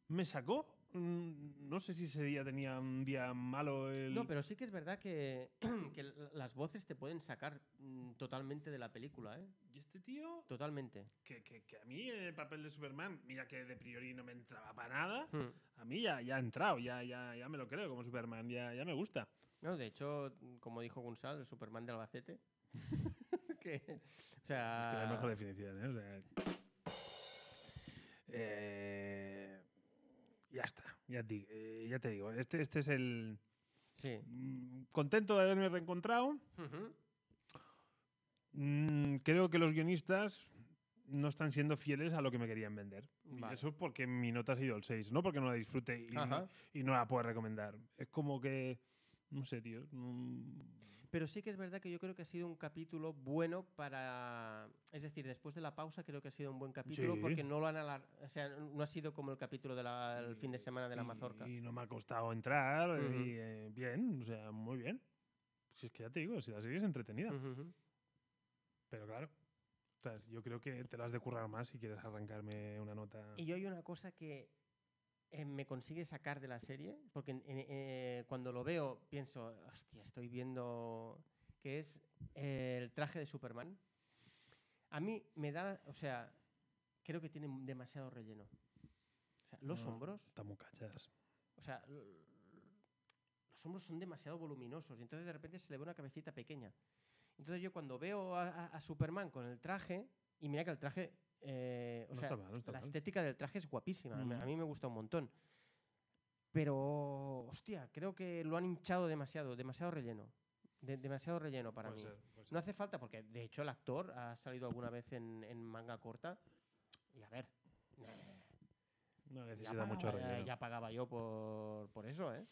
me sacó mm, no sé si ese día tenía un día malo el...
No, pero sí que es verdad que, que l- las voces te pueden sacar mm, totalmente de la película, ¿eh?
¿Y este tío?
Totalmente.
Que, que- que a mí el papel de Superman, mira que de priori no me entraba para nada,
Hmm.
a mí ya, ya ha entrado, ya, ya, ya me lo creo como Superman, ya, ya me gusta.
No, de hecho, como dijo Gonzalo, el Superman de Albacete. que, o sea.
Es que la mejor definición, ¿eh? O sea, eh, ya está, ya, ti- eh, ya te digo. Este, este es el.
Sí.
mm, Contento de haberme reencontrado.
Ujú.
Mm, creo que los guionistas no están siendo fieles a lo que me querían vender.
Vale.
Y eso es porque mi nota ha sido el 6, no porque no la disfrute y,
Ajá.
no, y no la pueda recomendar. Es como que. No sé, tío. mm,
Pero sí que es verdad que yo creo que ha sido un capítulo bueno para. Es decir, después de la pausa creo que ha sido un buen capítulo
Sí.
porque no lo han alar- o sea, no ha sido como el capítulo del fin de semana de la
y-
mazorca.
Y no me ha costado entrar.
Ujú.
Y eh, bien, o sea, muy bien. Si es que ya te digo, si la serie es entretenida.
Ujú, ujú.
Pero claro, o sea, yo creo que te la has de currar más si quieres arrancarme una nota.
Y yo hay una cosa que eh, me consigue sacar de la serie, porque en- en- eh, cuando lo veo pienso, hostia, estoy viendo que es eh, el traje de Superman. A mí me da, o sea, creo que tiene demasiado relleno. O sea, los
No,
hombros,
Está muy cachas.
o sea, l- los hombros son demasiado voluminosos y entonces de repente se le ve una cabecita pequeña. Entonces yo cuando veo a, a- a Superman con el traje, y mira que el traje, eh, o
No
sea,
está mal, no está
la
mal.
estética del traje es guapísima, a mí-
Ujú.
a mí me gusta un montón. Pero, hostia, creo que lo han hinchado demasiado, demasiado relleno. De- demasiado relleno para mí.
Puede ser, puede ser.
No hace falta, porque de hecho el actor ha salido alguna vez en, en manga corta. Y a ver,
No
ya
necesita
pagaba,
mucho
ya-
relleno.
ya pagaba yo por, por eso, ¿eh?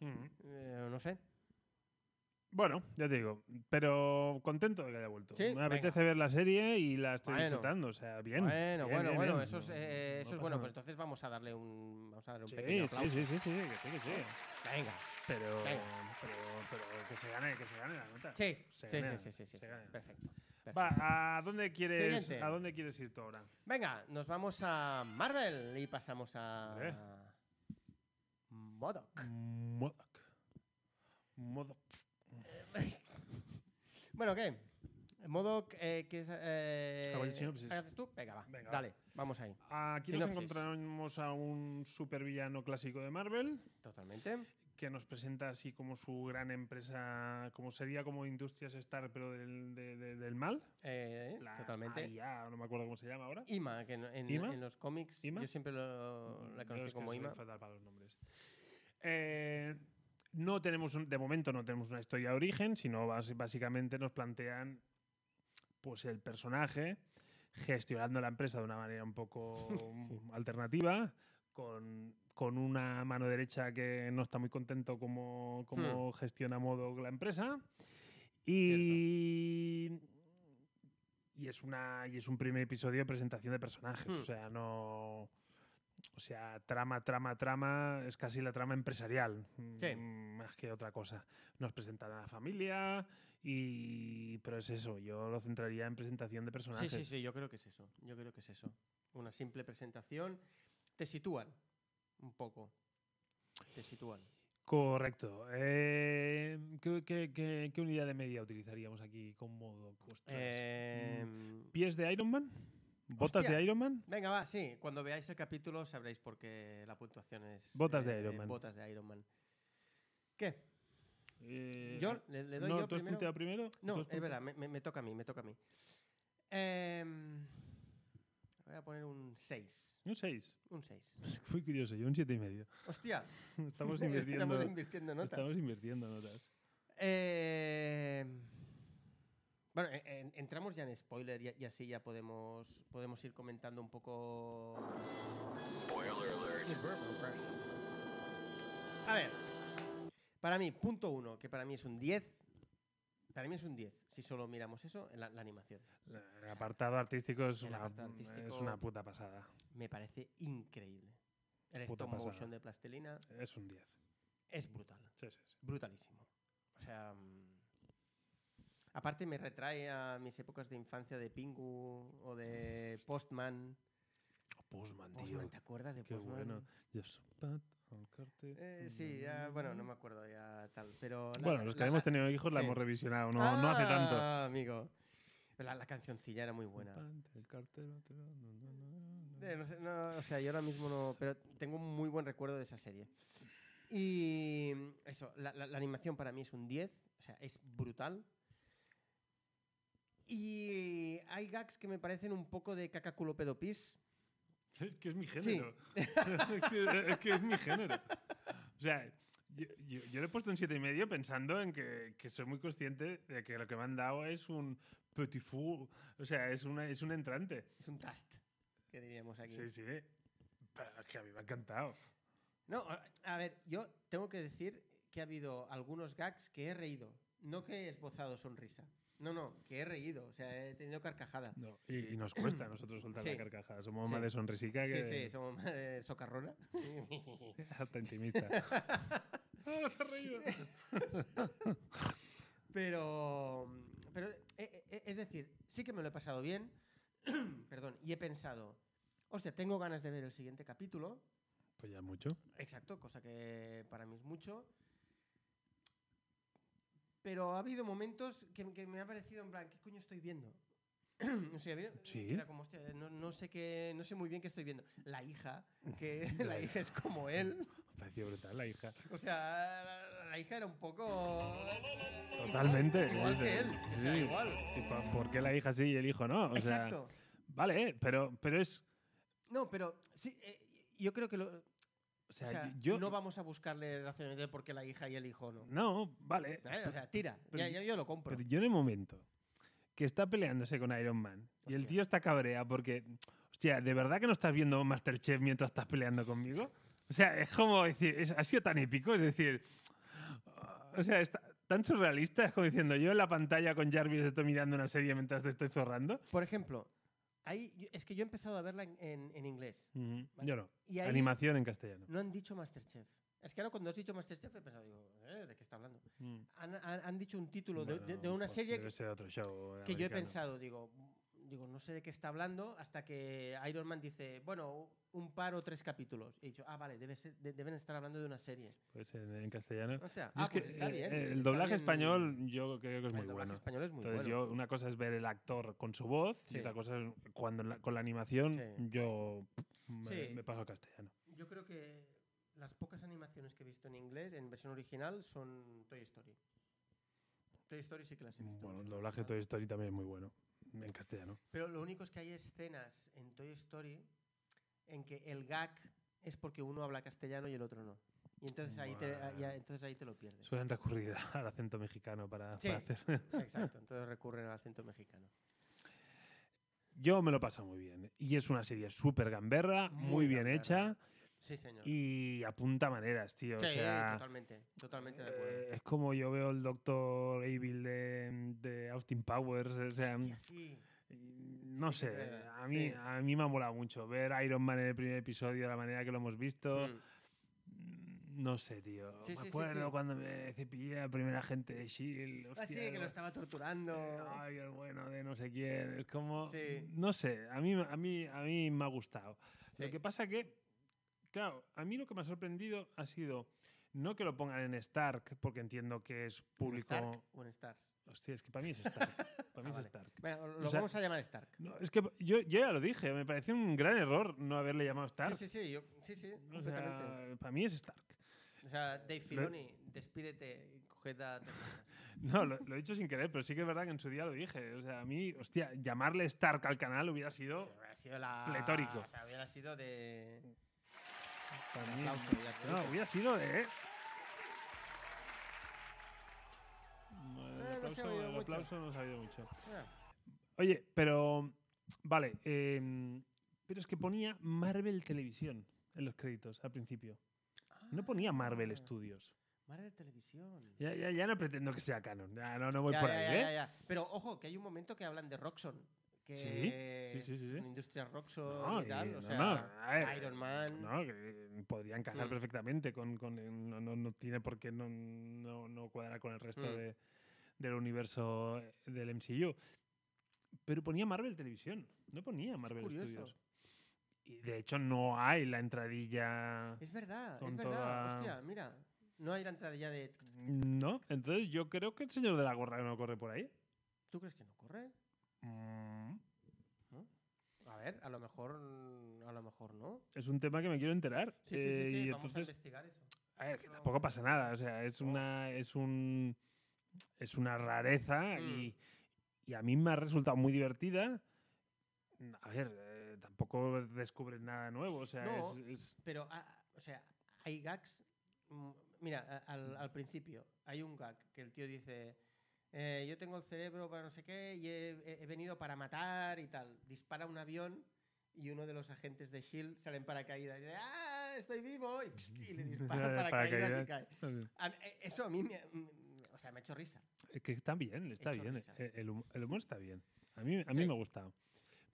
Mm.
Eh, no sé.
Bueno, ya te digo, pero contento de que haya vuelto.
Sí,
me
venga.
apetece ver la serie y la estoy
Bueno.
disfrutando, o sea, bien.
bueno,
bien,
bueno,
bien,
bueno,
bien.
eso es,
No-
eh,
no
eso es
pasa
bueno,
nada.
pues entonces vamos a darle un, vamos a darle un
Sí,
pequeño
sí,
aplauso.
sí, sí, sí, que sí, que sí.
Venga.
Pero,
Venga.
pero, pero que se gane, que se gane la nota.
Sí,
Se
sí, sí,
gana,
sí, sí, sí,
se
sí,
gana.
Perfecto. perfecto.
Va, ¿a dónde quieres,
Siguiente.
¿a dónde quieres ir tú ahora?
Venga, nos vamos a Marvel y pasamos a
Vale.
Modoc.
Modoc. Modoc.
Bueno, ¿qué? Modoc, eh, que es... Eh,
Ah, vale, sinopsis.
¿haces tú? Venga, va.
Venga,
dale, vamos ahí.
Aquí
Sinopsis.
nos encontramos a un supervillano clásico de Marvel
Totalmente.
que nos presenta así como su gran empresa, como sería como Industrias Star, pero del, de- de- del mal.
Eh,
La
totalmente.
AIA, no me acuerdo cómo se llama ahora.
Ima, que en, en-
Ima.
en los cómics
Ima.
yo siempre lo,
Mm,
la
yo
conocí
es que
como
soy
Ima.
fatal para los nombres. Eh, no tenemos, un- de momento no tenemos una historia de origen, sino bas- básicamente nos plantean pues el personaje gestionando la empresa de una manera un poco
Sí.
mm, alternativa, con, con una mano derecha que no está muy contento como, como
Hmm.
gestiona Modo la empresa. Y, y es una y es un primer episodio de presentación de personajes.
Hmm.
O sea, no. O sea, trama, trama, trama, es casi la trama empresarial,
Sí.
mm, más que otra cosa. Nos presentan a la familia y... Pero es eso, yo lo centraría en presentación de
Sí,
personajes.
sí, sí, yo creo que es eso. Yo creo que es eso. Una simple presentación. Te sitúan un poco. Te sitúan.
Correcto. Eh, ¿qué, qué- qué- qué unidad de media utilizaríamos aquí con modo? Ostras.
Em,
¿Pies de Iron Man? ¿Botas
Eh, Hostia.
de Iron Man?
Venga, va, sí. Cuando veáis el capítulo sabréis por qué la puntuación es. eh,
Botas de Iron Man.
Botas de Iron Man. ¿Qué?
Eh,
Yo le, le doy
no,
yo
¿tú has
primero.
punteado primero? ¿Tú
No,
has
es verdad,
punteado?
me, me- me toca a mí, me toca a mí. Em, voy a poner un 6.
Un 6.
Un 6.
Muy curioso, yo un 7 y medio.
Hostia,
Estamos invirtiendo,
estamos invirtiendo notas.
estamos invirtiendo notas.
Eh, bueno, e- en- entramos ya en spoiler y, y así ya podemos, podemos ir comentando un poco. Spoiler alert. A ver, para mí, punto uno, que para mí es un 10. Para mí es un 10, si solo miramos eso, la, la animación.
La- El apartado artístico es,
el
una,
apartado
es
artístico-
una puta pasada.
Me parece increíble. El
Puta
stop
pasada.
motion de plastilina
Es un 10.
es brutal.
Sí, sí, sí.
brutalísimo. O sea, mm, aparte me retrae a mis épocas de infancia de Pingu o de Postman
Postman, tío.
Postman, ¿te acuerdas de
Qué
Postman?
bueno. Just Pat, mm, Al Carter.
Eh, sí, ya, bueno, no me acuerdo ya tal, pero... la-
Bueno, los que
la-
hemos tenido hijos la
sí.
hemos revisionado, no, no hace tanto.
Ah, amigo. La, la cancioncilla era muy buena.
El cartero, tero, no, no, no, no.
Eh, no sé, no, o sea, yo ahora mismo no... Pero tengo un muy buen recuerdo de esa serie. Y mm, eso, la, la- la animación para mí es un 10, o sea, es brutal. Y hay gags que me parecen un poco de cacaculo pedopis.
Es que es mi género. es, que, es que es mi género. O sea, yo, yo- yo le he puesto un siete y medio pensando en que, que soy muy consciente de que lo que me han dado es un petit four. O sea, es, una, es un entrante.
Es un tast, que diríamos aquí.
Sí, sí. Pero es que a mí me ha encantado.
No, a- a ver, yo tengo que decir que ha habido algunos gags que he reído, no que he esbozado sonrisa. No, no, que he reído, o sea, he tenido carcajada.
No, y, y nos cuesta a nosotros soltar
Sí.
la carcajada. Somos
Sí.
más de sonrisica
Sí,
que
sí, somos más de socarrona.
hasta intimista. ¡Ah, te has reído!
Pero, pero eh, eh, eh, es decir, sí que me lo he pasado bien, perdón, y he pensado, hostia, tengo ganas de ver el siguiente capítulo,
Pues ya es mucho.
Exacto, cosa que para mí es mucho. Pero ha habido momentos que, que me ha parecido en plan, ¿qué coño estoy viendo? no sé, ha habido-
Sí.
que era como, hostia, no, no sé qué, no sé muy bien qué estoy viendo. La hija, que la hija es como él.
Me pareció brutal la hija.
O sea, la, la hija era un poco.
Totalmente.
Igual que él. O sea,
Sí.
igual.
¿Y pa- ¿Por qué la hija sí y el hijo no? O sea,
Exacto.
vale, eh, pero, pero es.
No, pero sí, eh, yo creo que lo.
O
O
sea,
sea,
yo.
no vamos a buscarle racionalmente porque la hija y el hijo no.
No, vale. pues
¿Sabes? O sea, tira.
pero-
ya- ya yo lo compro.
pero yo en el momento que está peleándose con Iron Man y el
Hostia.
tío está cabrea porque. Hostia, ¿de verdad que no estás viendo Masterchef mientras estás peleando conmigo? O sea, es como decir. es- ha sido tan épico, es decir. O sea, está tan surrealista, es como diciendo yo en la pantalla con Jarvis estoy mirando una serie mientras te estoy zorrando.
Por ejemplo, ahí, yo- es que yo he empezado a verla en, en- en inglés. Vale.
Yo no.
Y ahí
Animación en castellano.
no han dicho Masterchef. Es que ahora cuando has dicho Masterchef he pensado, digo, "Eh, ¿de qué está hablando? Han, han- han dicho un título de- de- de,
Mm. Bueno,
una
pues
serie
debe
que,
ser otro show
que yo he
americano.
pensado, digo, "Mm, digo, no sé de qué está hablando, hasta que Iron Man dice, bueno, un par o tres capítulos. Y he dicho, ah, vale, debe ser- de- deben estar hablando de una serie.
Pues en, en castellano.
Hostia,
Yo
ah,
es que,
pues está
eh,
bien.
eh, el
está
doblaje
bien.
español yo creo que es
El
muy
doblaje
bueno.
español es muy
Entonces
bueno.
yo una cosa es ver el actor con su voz
Sí.
y otra cosa es cuando la- con la animación
Sí.
yo me,
Sí.
me paso a castellano.
Yo creo que las pocas animaciones que he visto en inglés, en versión original, son Toy Story. Toy Story sí que las he visto.
Bueno, el
en versión
doblaje de Toy
original.
Story también es muy bueno en castellano.
Pero lo único es que hay escenas en Toy Story en que el gag es porque uno habla castellano y el otro no. Y entonces ahí, te, ah, ya-
Bueno.
entonces ahí te lo pierdes.
Suelen recurrir al acento mexicano para,
Sí.
para hacer.
Exacto, entonces recurren al acento mexicano.
Yo me lo paso muy bien y es una serie súper gamberra, muy,
Muy
bien
gamberra.
hecha
Sí, señor.
y apunta maneras, tío.
sí,
o sea,
totalmente, totalmente de acuerdo.
Eh, es como yo veo el Doctor Evil de, de Austin Powers. O sea, mm,
Hostia, sí.
no
sí que es
sé.
verdad,
A mí,
sí.
a mí me ha molado mucho ver Iron Man en el primer episodio, la manera que lo hemos visto. Mm,
Mm.
No sé, tío.
Sí, sí, sí,
me acuerdo
sí.
cuando me cepillé a primera gente de Shield.
Ah, sí,
E hostia,
que lo estaba torturando.
Ay, el bueno de no sé quién. Es como.
Sí.
No sé. A mí, a, mí, a mí me ha gustado.
Sí.
Lo que pasa que, claro, a mí lo que me ha sorprendido ha sido no que lo pongan en Stark, porque entiendo que es
¿En
público.
Stark o en Stars?
Hostia, es que para mí es Stark. Para mí
Ah,
es
vale.
Stark.
Bueno, lo
O sea-
vamos a llamar Stark.
No, es que yo, yo ya lo dije, me parece un gran error no haberle llamado Stark.
Sí, sí, sí, yo, sí, sí,
O
completamente.
sea, para mí es Stark.
o sea, Dave
lo-
Filoni, despídete y coged a...
No, lo, lo he dicho sin querer, pero sí que es verdad que en su día lo dije. O sea, a mí, hostia, llamarle Stark al canal hubiera sido.
Hubiera sido la...
Pletórico.
O sea, hubiera sido de...
para
Un
mí-
aplauso, ya te
no,
digo.
hubiera sido de. ¿eh?
no
El
Eh, se ha
aplauso,
oído
el
mucho.
aplauso no se ha oído mucho.
Ah,
Oye, pero. Vale. em, pero es que ponía Marvel Televisión en los créditos al principio. No ponía
Ah.
Marvel Studios.
Marvel Televisión.
Ya, ya, ya no pretendo que sea canon. Ya no, no voy
Ya,
por
ya,
ahí,
ya, ya,
¿eh?
ya. Pero ojo, que hay un momento que hablan de Roxxon. Que
Sí, sí, sí, sí,
es
sí.
una industria Roxxon
No,
y tal.
y-
o
no,
sea,
no, a ver,
Iron Man.
No, que podría encajar
Mm.
perfectamente con. con el- no, no, no tiene por qué no, no, no cuadrar con el resto
Mm.
de- del universo eh, del MCU. Pero ponía Marvel Televisión. No ponía Marvel
curioso.
Studios. Y de hecho, no hay la entradilla.
Es verdad,
Con
es verdad.
toda-
Hostia, mira. No hay la entrada ya de.
No, entonces yo creo que el señor de la gorra no corre por ahí.
¿Tú crees que no corre?
Mm,
A ver, a lo mejor. mm, A lo mejor no.
Es un tema que me quiero enterar.
Sí, sí,
Eh,
sí, sí,
y
vamos a
entonces,
investigar eso.
a ver, que tampoco pasa nada. O sea, es una. Es un. Es una rareza y,
Mm.
y a mí me ha resultado muy divertida. A ver, eh, tampoco descubres nada nuevo. O sea,
No.
es- es-
Pero, ah, o sea, hay gags. mm, Mira, a- al, al principio hay un gag que el tío dice: eh, Yo tengo el cerebro para no sé qué y he, he- he venido para matar y tal. Dispara un avión y uno de los agentes de Shield E sale en paracaídas y dice: ¡Ah, estoy vivo! Y, pss, y le dispara
Ya,
en
de
paracaídas y
paracaídas.
cae. A mí- eh, eso a mí me, mm, o sea, me ha hecho risa.
Es que está bien, está
Hecho
bien.
risa.
eh, El, hum- el humor está bien. A mí, a mí
Sí.
me ha gustado.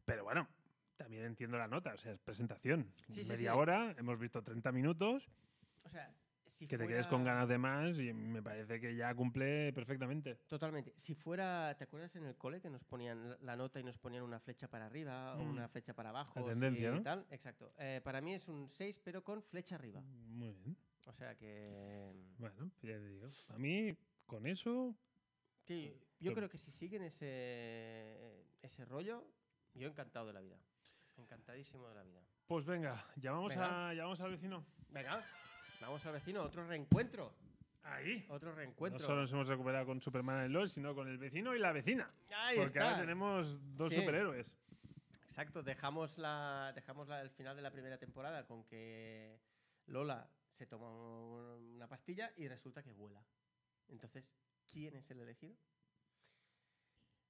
Pero bueno, también entiendo la nota. O sea, es presentación.
Sí, sí,
Media
sí.
hora, hemos visto 30 minutos.
O sea, si
que te
fuera-
quedes con ganas de más y me parece que ya cumple perfectamente.
Totalmente. Si fuera, ¿te acuerdas en el cole que nos ponían la- la nota y nos ponían una flecha para arriba o
Mm.
una flecha para abajo?
La tendencia,
sí,
¿no?
tal? Exacto. Eh, para mí es un 6, pero con flecha arriba.
Muy bien.
O sea que. mm,
Bueno, pues ya te digo. A mí, con eso,
Sí, yo
Pero-
creo que si siguen ese, ese rollo, yo encantado de la vida. Encantadísimo de la vida.
pues venga, llamamos,
Venga.
A, llamamos al vecino.
Venga, vamos al vecino. Otro reencuentro.
Ahí.
Otro
No
reencuentro.
solo nos hemos recuperado con Superman en LOL, sino con el vecino y la vecina.
Ahí
porque
está.
ahora tenemos dos
Sí.
superhéroes.
Exacto, dejamos, la, dejamos la- el final de la primera temporada con que Lola se toma un- una pastilla y resulta que vuela. Entonces, ¿quién es el elegido?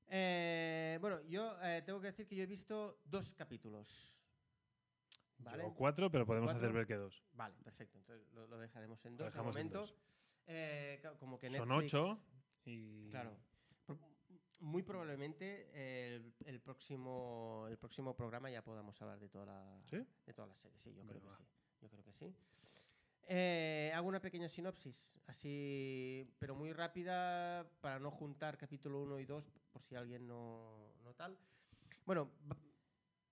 Eh, bueno, yo eh, tengo que decir que yo he visto dos capítulos. ¿Vale?
Yo cuatro, pero podemos
Cuatro.
hacer ver que dos.
Vale, perfecto. Entonces lo, lo dejaremos en
Lo
dos de
dejamos en
momento.
dos.
Eh, claro, como que
Son
Netflix-
ocho. Y
Claro. Pro- Muy probablemente eh, el, el próximo, el próximo programa ya podamos hablar de toda la,
¿Sí?
de todas las series. Sí, yo creo
Venga,
que sí. Yo creo que sí. Eh, hago una pequeña sinopsis, así, pero muy rápida, para no juntar capítulo 1 y 2, por si alguien no, no tal. Bueno, b-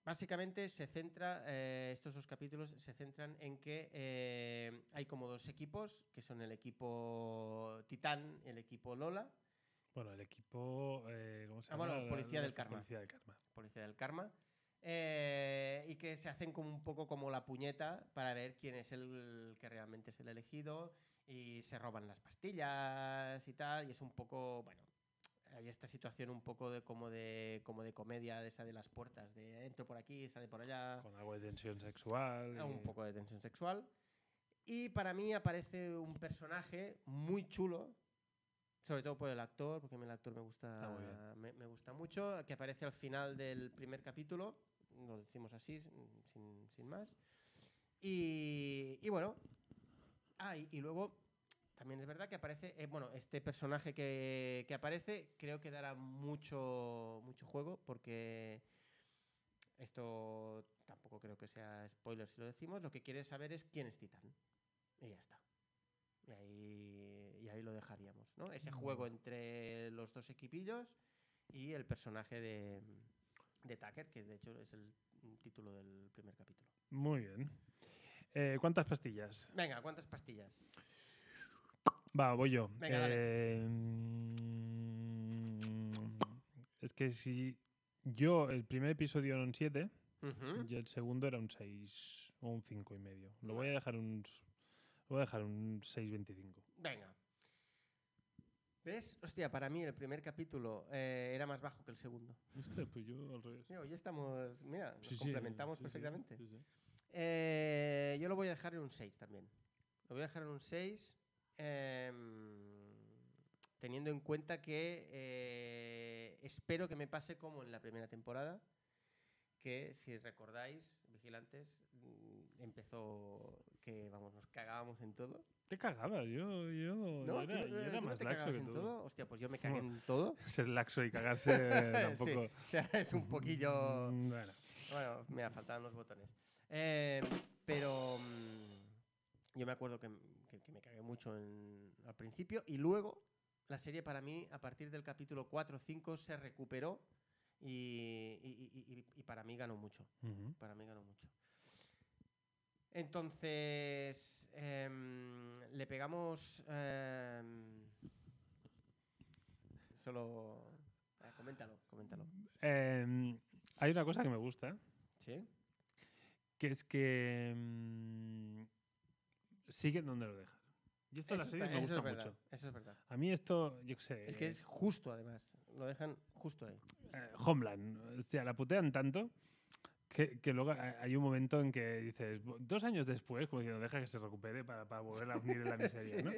básicamente se centra, eh, estos dos capítulos se centran en que eh, hay como dos equipos, que son el equipo Titán, el equipo Lola,
Bueno, el equipo. eh, ¿Cómo se
Ah,
llama?
bueno,
La-
Policía
la-
del Karma.
Policía del Karma.
Policía del Karma, eh, y que se hacen como un poco como la puñeta para ver quién es el que realmente es el elegido y se roban las pastillas y tal, y es un poco, bueno, hay esta situación un poco de como de como de comedia de esa de las puertas, de entro por aquí, sale por allá,
Con algo de tensión sexual.
Ah. un
y-
poco de tensión sexual. Y para mí aparece un personaje muy chulo, sobre todo por el actor, porque a mí el actor me
Está muy
gusta,
bien.
me, me gusta mucho, que aparece al final del primer capítulo, lo decimos así, s- sin, sin más. Y, y bueno, ah, y, y luego también es verdad que aparece, eh, bueno, este personaje que, que aparece creo que dará mucho, mucho juego, porque esto tampoco creo que sea spoiler si lo decimos, lo que quiere saber es quién es Titán. Y ya está. Y ahí, y ahí lo dejaríamos, ¿no? Ese juego entre los dos equipillos y el personaje de, de Tucker, que de hecho es el título del primer capítulo.
Muy bien. Eh, ¿Cuántas pastillas?
Venga, ¿cuántas pastillas?
Va, voy yo.
Venga, dale.
Eh, mm, Es que si yo el primer episodio era un 7 y el segundo era un 6 o un 5 y medio. Lo voy a dejar un s- lo voy a dejar un 6.25.
Venga. ¿Ves? Hostia, para mí el primer capítulo eh, era más bajo que el segundo.
pues yo al revés.
Mira, hoy estamos, mira, nos
Sí, sí,
complementamos
sí, sí,
perfectamente.
sí, sí.
Eh, yo lo voy a dejar en un 6 también. Lo voy a dejar en un 6, teniendo en cuenta que eh, espero que me pase como en la primera temporada, que si recordáis, vigilantes, mm, empezó que, vamos, nos cagábamos en todo.
Te cagabas, yo, yo, yo
¿No? ¿Tú eh,
era, yo era
tú
más
te
laxo
cagabas
que
en
tú.
todo? Hostia, pues yo me cagué
Bueno,
en todo.
Ser laxo y cagarse eh,
Sí,
tampoco.
o sea, es un poquillo...
Mm, bueno.
Bueno, mira, faltaban los botones. Eh, pero mm, yo me acuerdo que, que- que me cagué mucho en- al principio y luego la serie para mí a partir del capítulo 4 o 5 se recuperó y, y- y- y- y para mí ganó mucho.
Ujú.
Para mí ganó mucho. Entonces, em, le pegamos... em, solo... eh, coméntalo, coméntalo.
Em, hay una cosa que me gusta,
¿Sí?
que es que mm, siguen donde lo dejan. Y esto en las
Eso
series
está-
me
eso
gusta
es verdad,
mucho.
Eso es verdad.
A mí esto, yo qué sé.
Es que es justo, además. Lo dejan justo ahí.
eh, Homeland. O sea, la putean tanto que, que luego ha- hay un momento en que dices, "Bu- dos años después, como diciendo, deja que se recupere para, para volver a unir en la miseria, ¿no?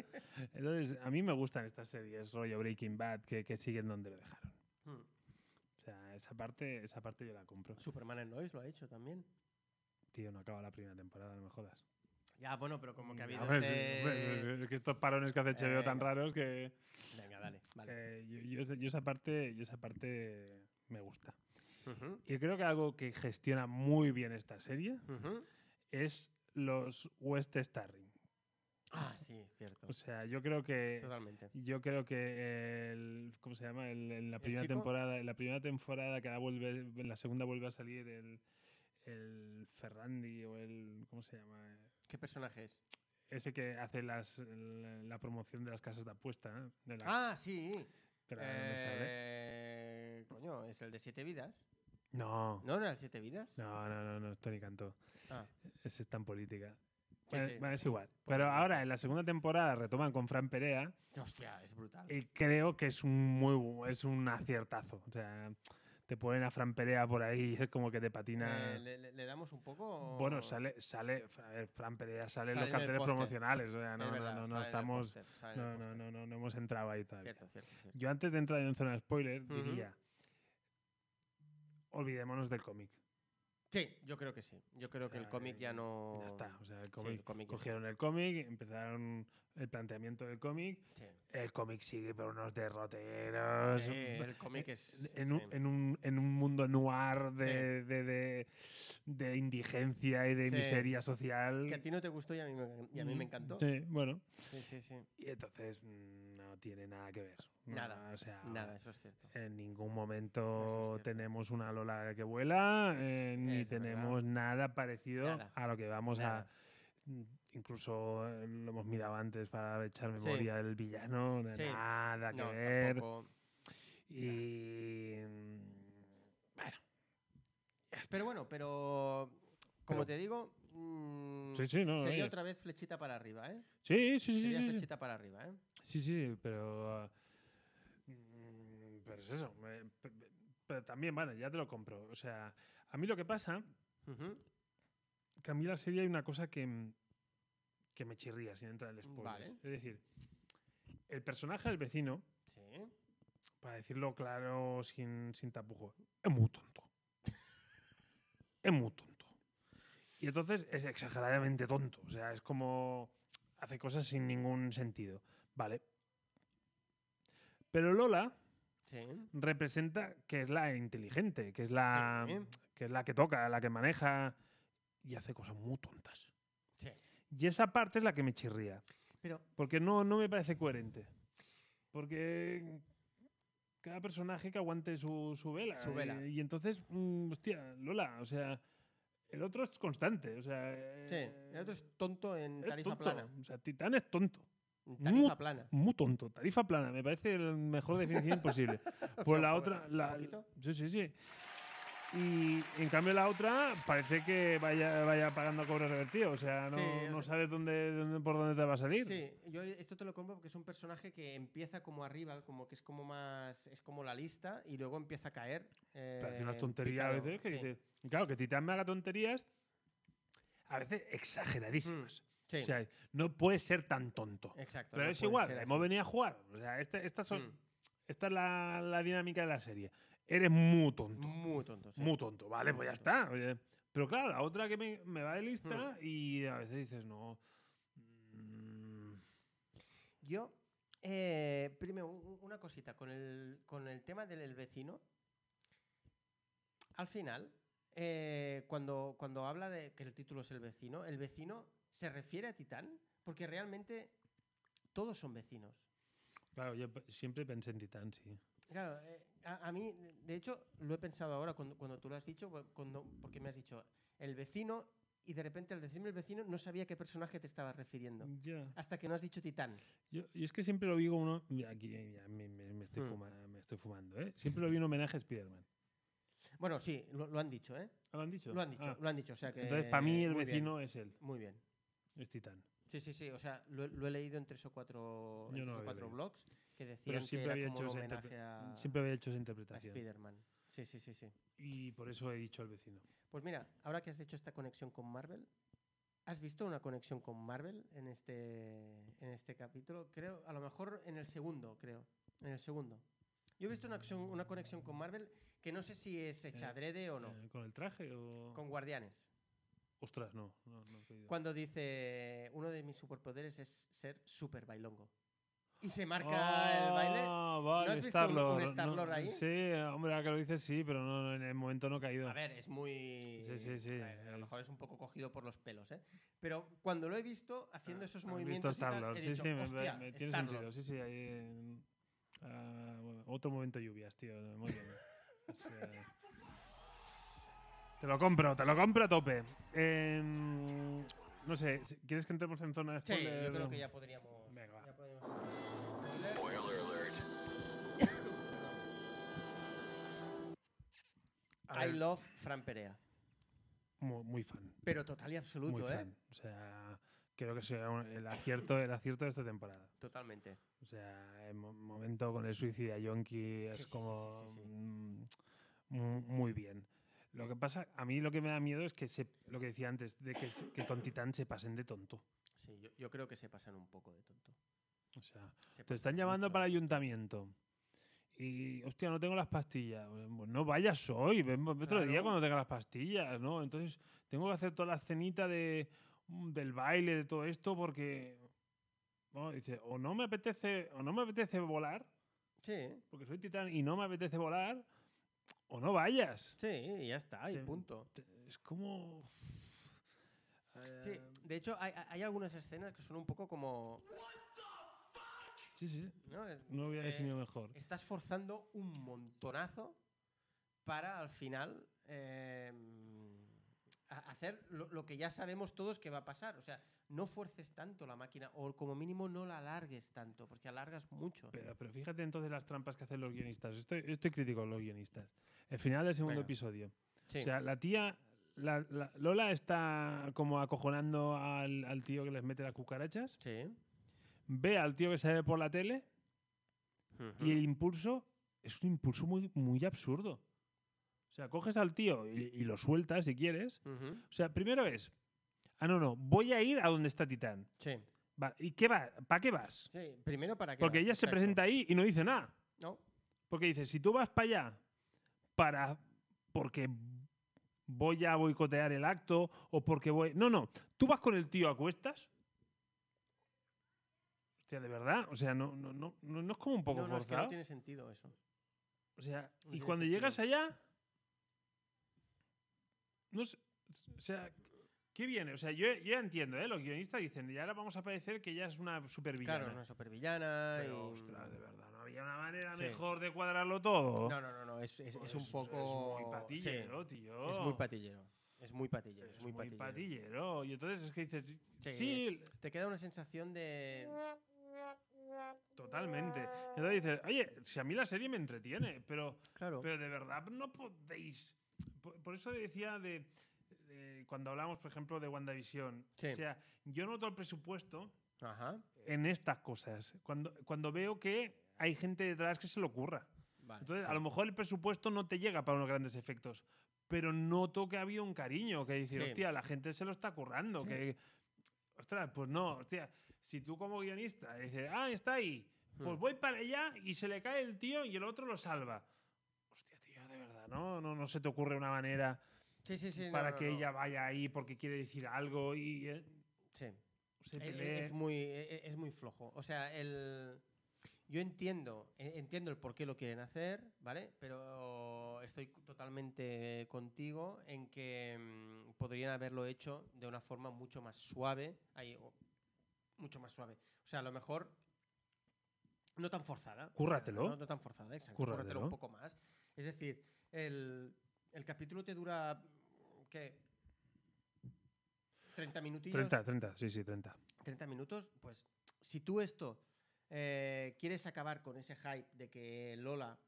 Entonces, a mí me gustan estas series, rollo Breaking Bad, que, que siguen donde lo dejaron.
Hmm.
O sea, esa parte, esa parte yo la compro.
Superman and Lois lo ha hecho también.
Tío, no acaba la primera temporada, no me jodas.
Ya, bueno, pero como que ha habido.
A ver, sí,
ese-
hombre, es, es que estos parones que hace HBO tan
Eh,
raros que...
Venga, dale. Vale.
eh, yo, yo esa- yo esa parte, yo esa parte me gusta.
Ujú,
Y creo que algo que gestiona muy bien esta serie
ujú.
es los West Starring.
Ah, sí, cierto.
O sea, yo creo
eh,
que
Totalmente.
yo creo que el ¿cómo se llama? El- en la
¿El
primera
chico?
temporada, en la primera temporada que ahora vuelve en la segunda vuelve a salir el el Ferrandi o el ¿cómo se llama?
¿Qué personaje es?
Ese que hace las la, la promoción de las casas de apuesta, ¿eh? de las-
Ah, sí.
pero ahora no me sale.
Eh, Coño, es el de siete vidas.
No.
¿No no era el siete vidas?
No, no, no, no, Tony Cantó.
Ah.
Ese es tan política.
Sí,
Bueno,
sí.
bueno, es igual. Pero
Política.
ahora en la segunda temporada retoman con Fran Perea
Hostia, es brutal.
y creo que es un muy bu- es un aciertazo. O sea, te ponen a Fran Perea por ahí y es como que te patina.
Eh, le, le- le damos un poco?
bueno, sale, sale, a ver, Fran Perea sale en
Sale
los
en el
carteles
póster.
promocionales. O sea,
Es
no,
verdad,
no, no,
sale
no
en el
estamos.
póster, sale en el
No, no,
póster.
no, no, no hemos entrado ahí todavía.
Cierto, cierto, cierto.
Yo antes de entrar en zona spoiler
Ujú.
diría. Olvidémonos del cómic.
Sí, yo creo que sí. Yo creo que el
sea,
cómic ya
eh,
no.
Ya está. O sea, el
Oh. el
cómic,
cómic ya
cogieron el cómic, empezaron el planteamiento del cómic.
Sí.
El cómic sigue por unos derroteros.
Sí,
b-
el cómic es.
Ah, En
sí.
un, en, un, en un mundo noir de, de, de- de indigencia y de
Sí.
miseria social.
Que a ti no te gustó y a mí me, y a mí me
Mm,
encantó.
Sí, bueno.
Sí, sí, sí.
Y entonces mm, no tiene nada que ver. No,
Nada,
o sea,
Nada, eso es cierto.
En ningún
Eso
momento
es cierto.
tenemos una Lola que vuela, eh, ni
Es verdad.
tenemos nada parecido
Nada.
a lo que vamos
Nada.
a. Mm, Incluso eh, lo hemos mirado antes para echar
Sí.
memoria del villano, na-
Sí.
nada que
No,
ver.
tampoco.
Y. mm, Bueno,
Pero bueno, pero.
Pero-
Como te digo. mm,
sí, sí, no.
sería
oye.
otra vez flechita para arriba, ¿eh?
Sí, sí, sí,
Sería
sí, sí.
flechita para arriba, ¿eh?
Sí, sí, pero. ah, mm, Pero es eso. eh, pe- pe- Pero también, vale, ya te lo compro. O sea, a mí lo que pasa
Ujú.
que a mí la serie hay una cosa que, m- que me chirría sin entrar en spoilers.
Vale.
Es decir, el personaje del vecino,
Sí.
para decirlo claro, sin, sin tapujos, es muy tonto. es muy tonto. Y entonces es exageradamente tonto. O sea, es como hace cosas sin ningún sentido. Vale. Pero Lola
Sí.
representa que es la inteligente, que es la,
Sí.
que, es la que toca, la que maneja y hace cosas muy tontas.
Sí.
Y esa parte es la que me chirría.
Pero.
Porque no, no me parece coherente. Porque cada personaje que aguante su, su vela. eh,
Su vela.
Y, y entonces, mm, hostia, Lola, o sea, el otro es constante. O sea, eh,
Sí. eh, El otro es tonto en
es
tarifa
tonto.
plana.
O sea, Titán es tonto.
En tarifa
Mu-
plana.
Muy tonto. Tarifa plana, me parece la mejor definición posible.
sea,
Pues
un
la
poco-
otra.
un
La,
poquito.
sí, sí, sí. Y en cambio la otra parece que vaya, vaya pagando cobro revertido. O sea, no,
Sí, o
no
sea-
sabes dónde, dónde- por dónde te va a salir.
Sí, yo esto te lo compro porque es un personaje que empieza como arriba, como que es como más. Es como la lista y luego empieza a caer.
Parece unas
eh,
tonterías a
picado,
veces que
sí.
dices. y Claro, que Titán me haga tonterías a veces exageradísimas.
Mm, Sí,
O sea, no puede ser tan tonto.
exacto.
Pero
no
es
puede
igual,
ser así.
hemos venido a jugar. O sea, este- estas son-
Mm,
esta es la, la dinámica de la serie. Eres muy tonto.
Mm. Muy ¿eh? tonto. sí.
Muy tonto, vale,
Muy
pues ya
tonto. Mm.
está. oye. Pero claro, la otra que me, me va de lista y a veces dices, no. mm,
Yo, eh, primero, u- u- una cosita, con el, con el tema del el vecino, al final, eh, cuando, cuando habla de que el título es el vecino, el vecino se refiere a Titán, porque realmente todos son vecinos.
Claro, yo pe- siempre pensé en Titán, sí.
Claro, eh, a, a mí, pues, de- de hecho, lo he pensado ahora cuando, cuando tú lo has dicho, cu- cuando, porque me has dicho el vecino y de repente al decirme el vecino no sabía a qué personaje te estabas refiriendo. Hasta que no has dicho Titán.
Yo, yo es que siempre lo vi como uno. Aquí eh, ya me, me- me estoy
Hmm.
fuma- me estoy fumando, ¿eh? Siempre lo vi un homenaje a Spider-Man.
Bueno, sí, lo, lo han dicho, ¿eh?
¿Ah, ¿Lo han dicho?
Lo han dicho,
Ah.
lo han dicho. O sea que,
Entonces, para mí, el
muy bien,
vecino es él,
muy bien.
es Titán.
Sí, sí, sí. O sea, lo, he- lo he leído en tres o cuatro, en
Yo no
tres
lo
o
había
cuatro
leído.
blogs que decían que
siempre
era
había
como
hecho
un
esa interpre-
homenaje a,
Siempre había hecho esa
a
interpretación.
Ah. Spider-Man. Sí, sí, sí, sí.
Y por eso he dicho al vecino.
Pues mira, ahora que has hecho esta conexión con Marvel, ¿has visto una conexión con Marvel en este, en este capítulo? Creo, a lo mejor en el segundo, creo. En el segundo. Yo he visto una, acción- una conexión con Marvel que no sé si es hecha
Eh,
adrede o no.
Eh, ¿Con el traje o.?
Con Guardianes.
Ostras, no. no, no he podido.
Cuando dice, uno de mis superpoderes es ser super bailongo. Y se
Ah,
marca el baile.
Vale,
has visto un- un
Star-Lord,
Star-Lord
no,
ahí?
Sí, hombre, ahora que lo dices sí, pero no, no, en el momento no he caído.
A ver, es muy...
Sí, sí, sí,
A, ver, a lo
es-
mejor es un poco cogido por los pelos, ¿eh? Pero cuando lo he visto haciendo esos
He
movimientos...
Ah, Visto
y tal,
Star-Lord,
he
sí,
dicho,
sí, me-
"Hostia,
me- tiene
Star-Lord".
sentido. Sí, sí, ahí. en- ah, bueno, otro momento lluvias, tío. Muy bien. O sea, te lo compro, te lo compro a tope. Em, no sé, si- ¿quieres que entremos en zona de
Sí,
spoiler?
yo creo que ya podríamos...
Venga, va.
ya podríamos-
A
I
ver,
love Fran Perea.
mu- muy fan.
Pero total y
Muy
absoluto, ¿eh?
fan. O sea, creo que sea un- el, acierto, el acierto de esta temporada.
Totalmente.
O sea, el mo- momento con el suicida Yonki es
Sí, sí, sí, sí,
como
sí, sí.
mm, mu- muy bien. Lo que pasa, a mí lo que me da miedo es que se, lo que decía antes, de que, se- que con Titán se pasen de tonto.
Sí, yo, yo creo que se pasan un poco de tonto.
O sea, te
Se pasan
están llamando
pues, mucho.
para ayuntamiento. Y, hostia, no tengo las pastillas. Pues no vayas hoy, ven otro día
Claro.
cuando tenga las pastillas, ¿no? Entonces, tengo que hacer toda la escenita de, mm, del baile, de todo esto, porque. no, dice, o no me apetece, o no me apetece volar,
Sí,
porque soy titán y no me apetece volar, o no vayas.
sí, y ya está, y
Sí.
punto.
Te- Es como.
Sí,
Eh,
de hecho, hay, hay algunas escenas que son un poco como...
sí, sí.
¿no? Es-
No lo hubiera
eh,
definido mejor.
Estás forzando un montonazo para al final eh, ha- hacer lo, lo que ya sabemos todos que va a pasar. O sea, no fuerces tanto la máquina o como mínimo no la alargues tanto, porque alargas mucho.
Pero, pero fíjate entonces las trampas que hacen los guionistas. Estoy, estoy crítico con los guionistas. El final del segundo
Venga.
episodio.
Sí.
O sea, la tía. la- la- Lola está como acojonando al, al tío que les mete las cucarachas.
Sí.
Ve al tío que sale por la tele. Y el
Mm.
impulso es un impulso muy, muy absurdo. O sea, coges al tío y- y lo sueltas si quieres.
Ujú.
O sea, primero es, ah, no, no, voy a ir a donde está Titán.
Sí.
Va, ¿Y qué va? ¿Para qué vas?
Sí, Primero para que.
Porque ella se presenta ahí y no dice nada.
No.
Porque dice, si tú vas para allá para porque voy a boicotear el acto o porque voy... No, no, tú vas con el tío a cuestas. Hostia, de verdad, o sea, no, no, no, no, no es como un poco
No, no, es que
forzado.
no tiene sentido eso.
O sea,
No
y
tiene
cuando
sentido.
llegas allá. No sé. O sea, ¿qué viene? O sea, yo, yo ya entiendo, ¿eh? Los guionistas dicen, y ahora vamos a parecer que ella es una supervillana.
Claro, una supervillana.
Pero,
y-
ostras, de verdad, no había una manera
Sí.
mejor de cuadrarlo todo.
No, no, no, no, Es, es- es
Pues,
un poco.
Es muy
sí,
patillero, tío.
Es muy patillero. Es muy patillero.
Es
Es muy,
muy
patillero.
patillero. Y entonces es que dices, sí,
Sí. Te queda una sensación de.
totalmente. Y entonces dices, oye, si a mí la serie me entretiene, pero
Claro.
Pero de verdad no podéis. Por, por eso decía de. de cuando hablamos, por ejemplo, de WandaVision.
Sí.
O sea, yo noto el presupuesto
Ajá.
en estas cosas. Cuando, cuando veo que hay gente detrás que se lo ocurra.
Vale.
Entonces,
sí.
a lo mejor el presupuesto no te llega para unos grandes efectos. Pero noto que ha habido un cariño, que decir,
Sí.
hostia, la gente se lo está currando.
Sí.
Que, ostras, pues no, hostia. Si tú como guionista dices, ah, está ahí, pues
Hmm.
voy para allá y se le cae el tío y el otro lo salva. Hostia, tío, de verdad, ¿no? No, no se te ocurre una manera
Sí, sí, sí. no,
para
no,
que
no.
ella vaya ahí porque quiere decir algo y eh,
Sí. E-
se
e-
pelee.
Es, muy, e- e- es muy flojo. O sea, el. Yo entiendo, e- entiendo el por qué lo quieren hacer, ¿vale? Pero estoy totalmente contigo en que mm, podrían haberlo hecho de una forma mucho más suave. ahí, o- mucho más suave. O sea, a lo mejor no tan forzada. o sea,
Cúrratelo.
No, no tan forzada, exacto.
Cúrratelo.
Cúrratelo un poco más. Es decir, el, el capítulo te dura. ¿Qué? 30 minutillos.
30, 30, sí, sí, 30.
30 minutos, pues si tú esto eh, quieres acabar con ese hype de que Lola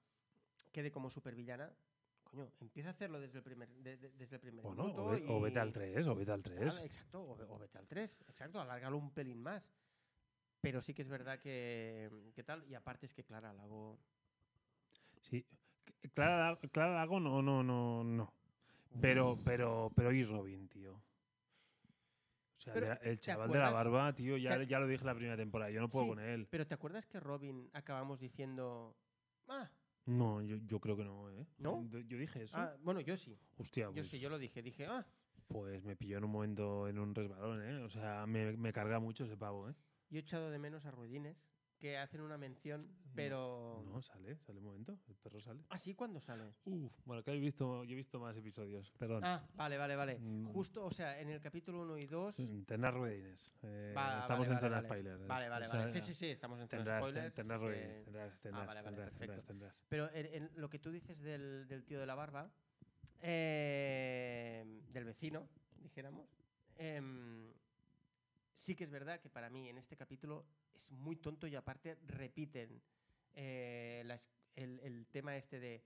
quede como supervillana, coño, empieza a hacerlo desde el primer, de- de- desde el primer
O no,
minuto.
o, ve- o
y-
vete al 3, o vete al
Claro,
3.
exacto, o, ve- o vete al 3, exacto, alárgalo un pelín más. Pero sí que es verdad que, que tal, y aparte es que Clara Lago...
Sí. C- Clara, Lag- Clara Lago no, no, no, no. Pero, pero, pero y Robin, tío. O sea,
Pero,
ya- el
¿te
chaval de la
acuerdas?
barba, tío, ya,
¿Te-
ya lo dije la primera temporada, yo no puedo
Sí,
con él.
Pero ¿te acuerdas que Robin acabamos diciendo... Ah,
No, yo, yo creo que no, ¿eh?
¿No?
Yo- Yo dije eso.
ah, bueno, yo sí,
Hostia,
yo
pues,
sí, yo lo dije, dije, ah,
pues me pilló en un momento en un resbalón, ¿eh? O sea, me, me carga mucho ese pavo, ¿eh?
yo he echado de menos a Ruedines, que hacen una mención, pero...
No, sale, sale un momento, el perro sale.
¿Ah, sí? ¿Cuándo sale?
Uf, bueno, que he visto, yo he visto más episodios, perdón.
Ah, vale, vale, vale.
Mm.
Justo, o sea, en el capítulo 1 y 2...
Mm, Tendrás ruedines. Eh,
Va-
estamos
vale,
en zona
vale,
spoiler. es-
Vale, vale,
o sea,
vale. Sí, sí, sí, estamos en zona
Tendrás, ten-
spoilers.
tendrás
así que- Ah,
ruedines, tendrás, tendrás,
vale, vale,
tendrás, tendrás,
perfecto.
tendrás.
Pero en, en lo que tú dices del, del tío de la barba, eh, del vecino, dijéramos, em, sí que es verdad que para mí en este capítulo es muy tonto y aparte repiten eh, la es- el, el tema este de,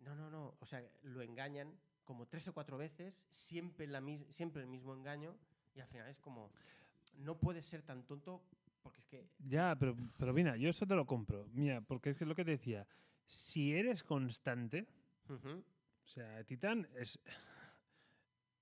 no, no, no, o sea, lo engañan como tres o cuatro veces, siempre, la mis- siempre el mismo engaño y al final es como, no puedes ser tan tonto porque es que...
Ya, pero, pero mira, yo eso te lo compro. Mira, porque es que lo que te decía. Si eres constante,
ujú,
o sea, Titán es.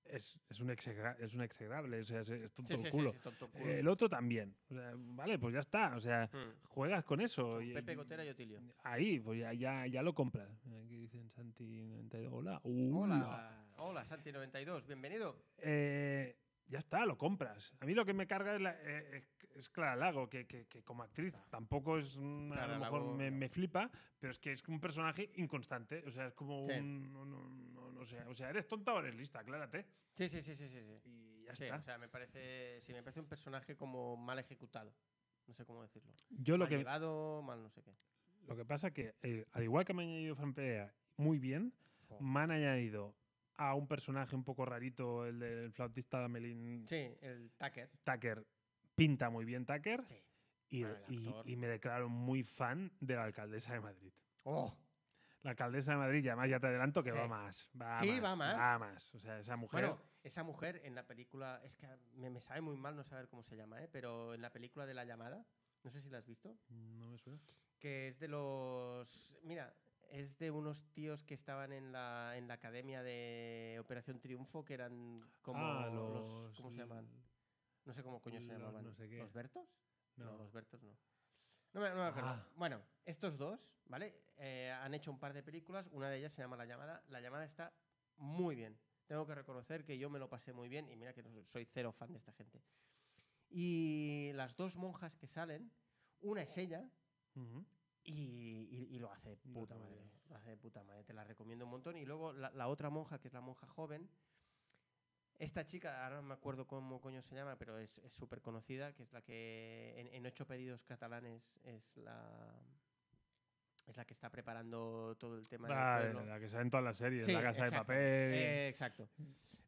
Es, es, un, exegra- es un execrable, o sea, es, es tonto
sí, sí, sí,
el culo. Eh,
sí, es tonto culo.
El otro también. O sea, vale, pues ya está. O sea,
Mm.
juegas con eso.
Son
y-
Pepe
y-
Gotera y Otilio.
Ahí, pues ya, ya, ya lo compras. Aquí dicen Santi 92. Hola. hola.
Hola, hola Santi92, bienvenido.
Eh, ya está, lo compras. A mí lo que me carga es, la- eh, es, es Clara Lago, que, que- que como actriz tampoco es. mm, a
Clara
lo mejor
Lago,
me,
no.
me flipa, pero es que es un personaje inconstante. O sea, es como
Sí.
un. No, no- no- no sé. O sea, eres tonta o eres lista, aclárate.
Sí, sí, sí, sí, sí. sí.
Y ya
Sí,
está.
o sea, me parece, sí, me parece un personaje como mal ejecutado. No sé cómo decirlo.
Yo lo
mal
que,
llevado, mal no sé qué.
lo que pasa que, eh, al igual que me han añadido Fanpea muy bien,
Jo.
me han añadido a un personaje un poco rarito, el del flautista de Amelín
Sí, el Tucker.
Tucker pinta muy bien Tucker
Sí.
y,
Bueno, el
y-
actor.
y me declaro muy fan de la alcaldesa de Madrid.
Oh,
La alcaldesa de Madrid, y además ya te adelanto que
Sí.
va más. Va
Sí,
más,
va más.
Va más. O sea, esa mujer.
bueno, esa mujer en la película, es que me, me sabe muy mal no saber cómo se llama, ¿eh? pero en la película de La Llamada, no sé si la has visto,
no me suena.
que es de los... Mira, es de unos tíos que estaban en la, en la academia de Operación Triunfo, que eran como
Ah,
los... ¿Cómo se
l-
llaman? No sé cómo coño se
Los
llamaban.
no sé qué.
¿Los Bertos? No.
No.
los Bertos no. No me, no me acuerdo.
Ah.
Bueno, estos dos, ¿vale? Eh, han hecho un par de películas. Una de ellas se llama La Llamada. La Llamada está muy bien. Tengo que reconocer que yo me lo pasé muy bien y mira que no soy- soy cero fan de esta gente. Y las dos monjas que salen, una es ella
Ujú.
y, y- y lo hace de
No
puta
tengo
madre.
idea.
Lo hace de puta madre. Te la recomiendo un montón. Y luego la, la otra monja, que es la monja joven. Esta chica, ahora no me acuerdo cómo coño se llama, pero es es súper conocida, que es la que en, en ocho pedidos catalanes es la es la que está preparando todo el tema
Ah,
del pueblo.
la que sale en todas las series,
Sí,
La Casa
exacto.
de Papel.
Eh, exacto.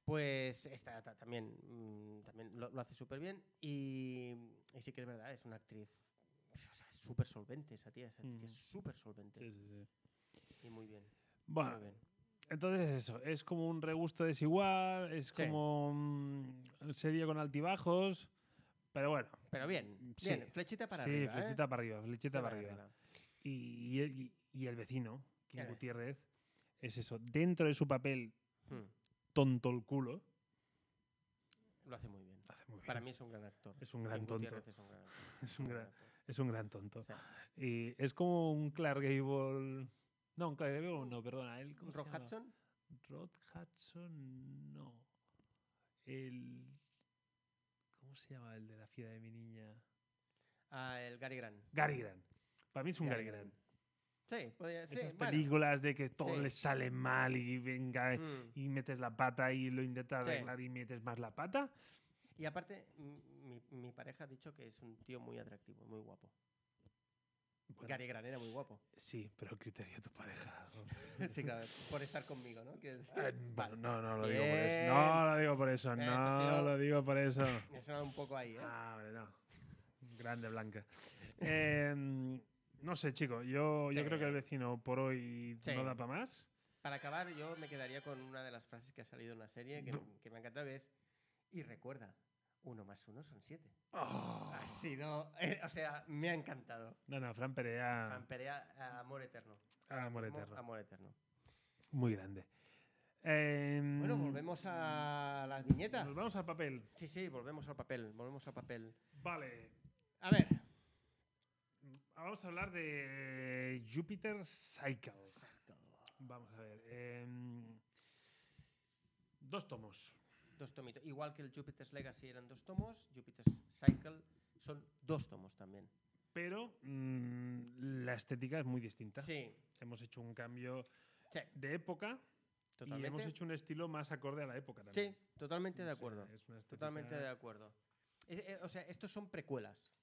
Pues esta ta- también, mm, también lo, lo hace súper bien y, y sí que es verdad, es una actriz pues, o sea, es súper solvente esa tía, esa tía es súper solvente.
Sí, sí, sí.
Y muy bien.
Bueno,
muy bien.
entonces eso. Es como un regusto desigual, es
Sí.
como mm, serie con altibajos. Pero bueno,
Pero bien,
Sí.
bien, flechita para
sí,
arriba. ¿eh?
flechita para arriba, flechita para arriba.
arriba.
Y, y el- y- y el vecino, Kim
El vecino.
Gutiérrez, es eso, dentro de su papel
Hmm,
tonto el culo,
Lo hace muy bien.
lo hace muy
Para
bien.
mí es un gran actor.
es un
Kim
gran tonto.
Gutiérrez Es un gran,
Es un gran,
actor.
es un gran tonto.
Sí.
Y es como un Clark Gable. No, un Clark Gable no, perdona. Él, ¿cómo se
Rock
llama?
Hudson,
Rod Hudson, no. El. ¿Cómo se llama el de la fiera de mi niña?
ah, el Gary Grant.
Gary Grant. Para mí es un
Gary
Gary Grant.
Sí, podría ser.
Esas
bueno,
películas de que todo
sí.
le sale mal y venga.
mm.
y metes la pata y lo intentas
Sí.
arreglar y metes más la pata.
Y aparte, m- mi, mi pareja ha dicho que es un tío muy atractivo, muy guapo.
Bueno,
Gary Granera, muy guapo.
Sí, pero el criterio de tu pareja.
Sí, claro, por estar conmigo, ¿no? Que-
Eh, bueno, no, no lo digo por
Bien.
eso. No lo digo por eso.
Esto ha
No
sido-
lo digo por eso.
Me ha sonado un poco ahí, ¿eh?
Ah, hombre, no. Grande Blanca. Eh, no sé, chico. Yo, yo
Sí.
creo que el vecino por hoy
Sí.
no da para más.
Para acabar, yo me quedaría con una de las frases que ha salido en la serie que, que me ha encantado, que es, y recuerda, uno más uno son siete.
Oh.
Ha sido, eh, o sea, me ha encantado.
No, no, Fran Perea.
Fran Perea, a- amor eterno.
Amor
Mismo,
eterno.
Ah. Amor eterno.
Muy grande. Eh,
Bueno, volvemos a la viñeta.
Nos vamos al papel.
Sí, sí, volvemos al papel, volvemos al papel.
Vale.
A ver,
Vamos a hablar de Jupiter Cycle. Vamos a ver. em, dos tomos.
dos tomitos. Igual que el Jupiter's Legacy eran dos tomos, Jupiter's Cycle son dos tomos también.
Pero mm, la estética es muy distinta.
Sí,
Hemos hecho un cambio
sí,
de época
totalmente.
y hemos hecho un estilo más acorde a la época también.
Sí, totalmente
O
de
sea,
acuerdo.
es una estética-
Totalmente de acuerdo. Es- eh, o sea, estos son precuelas.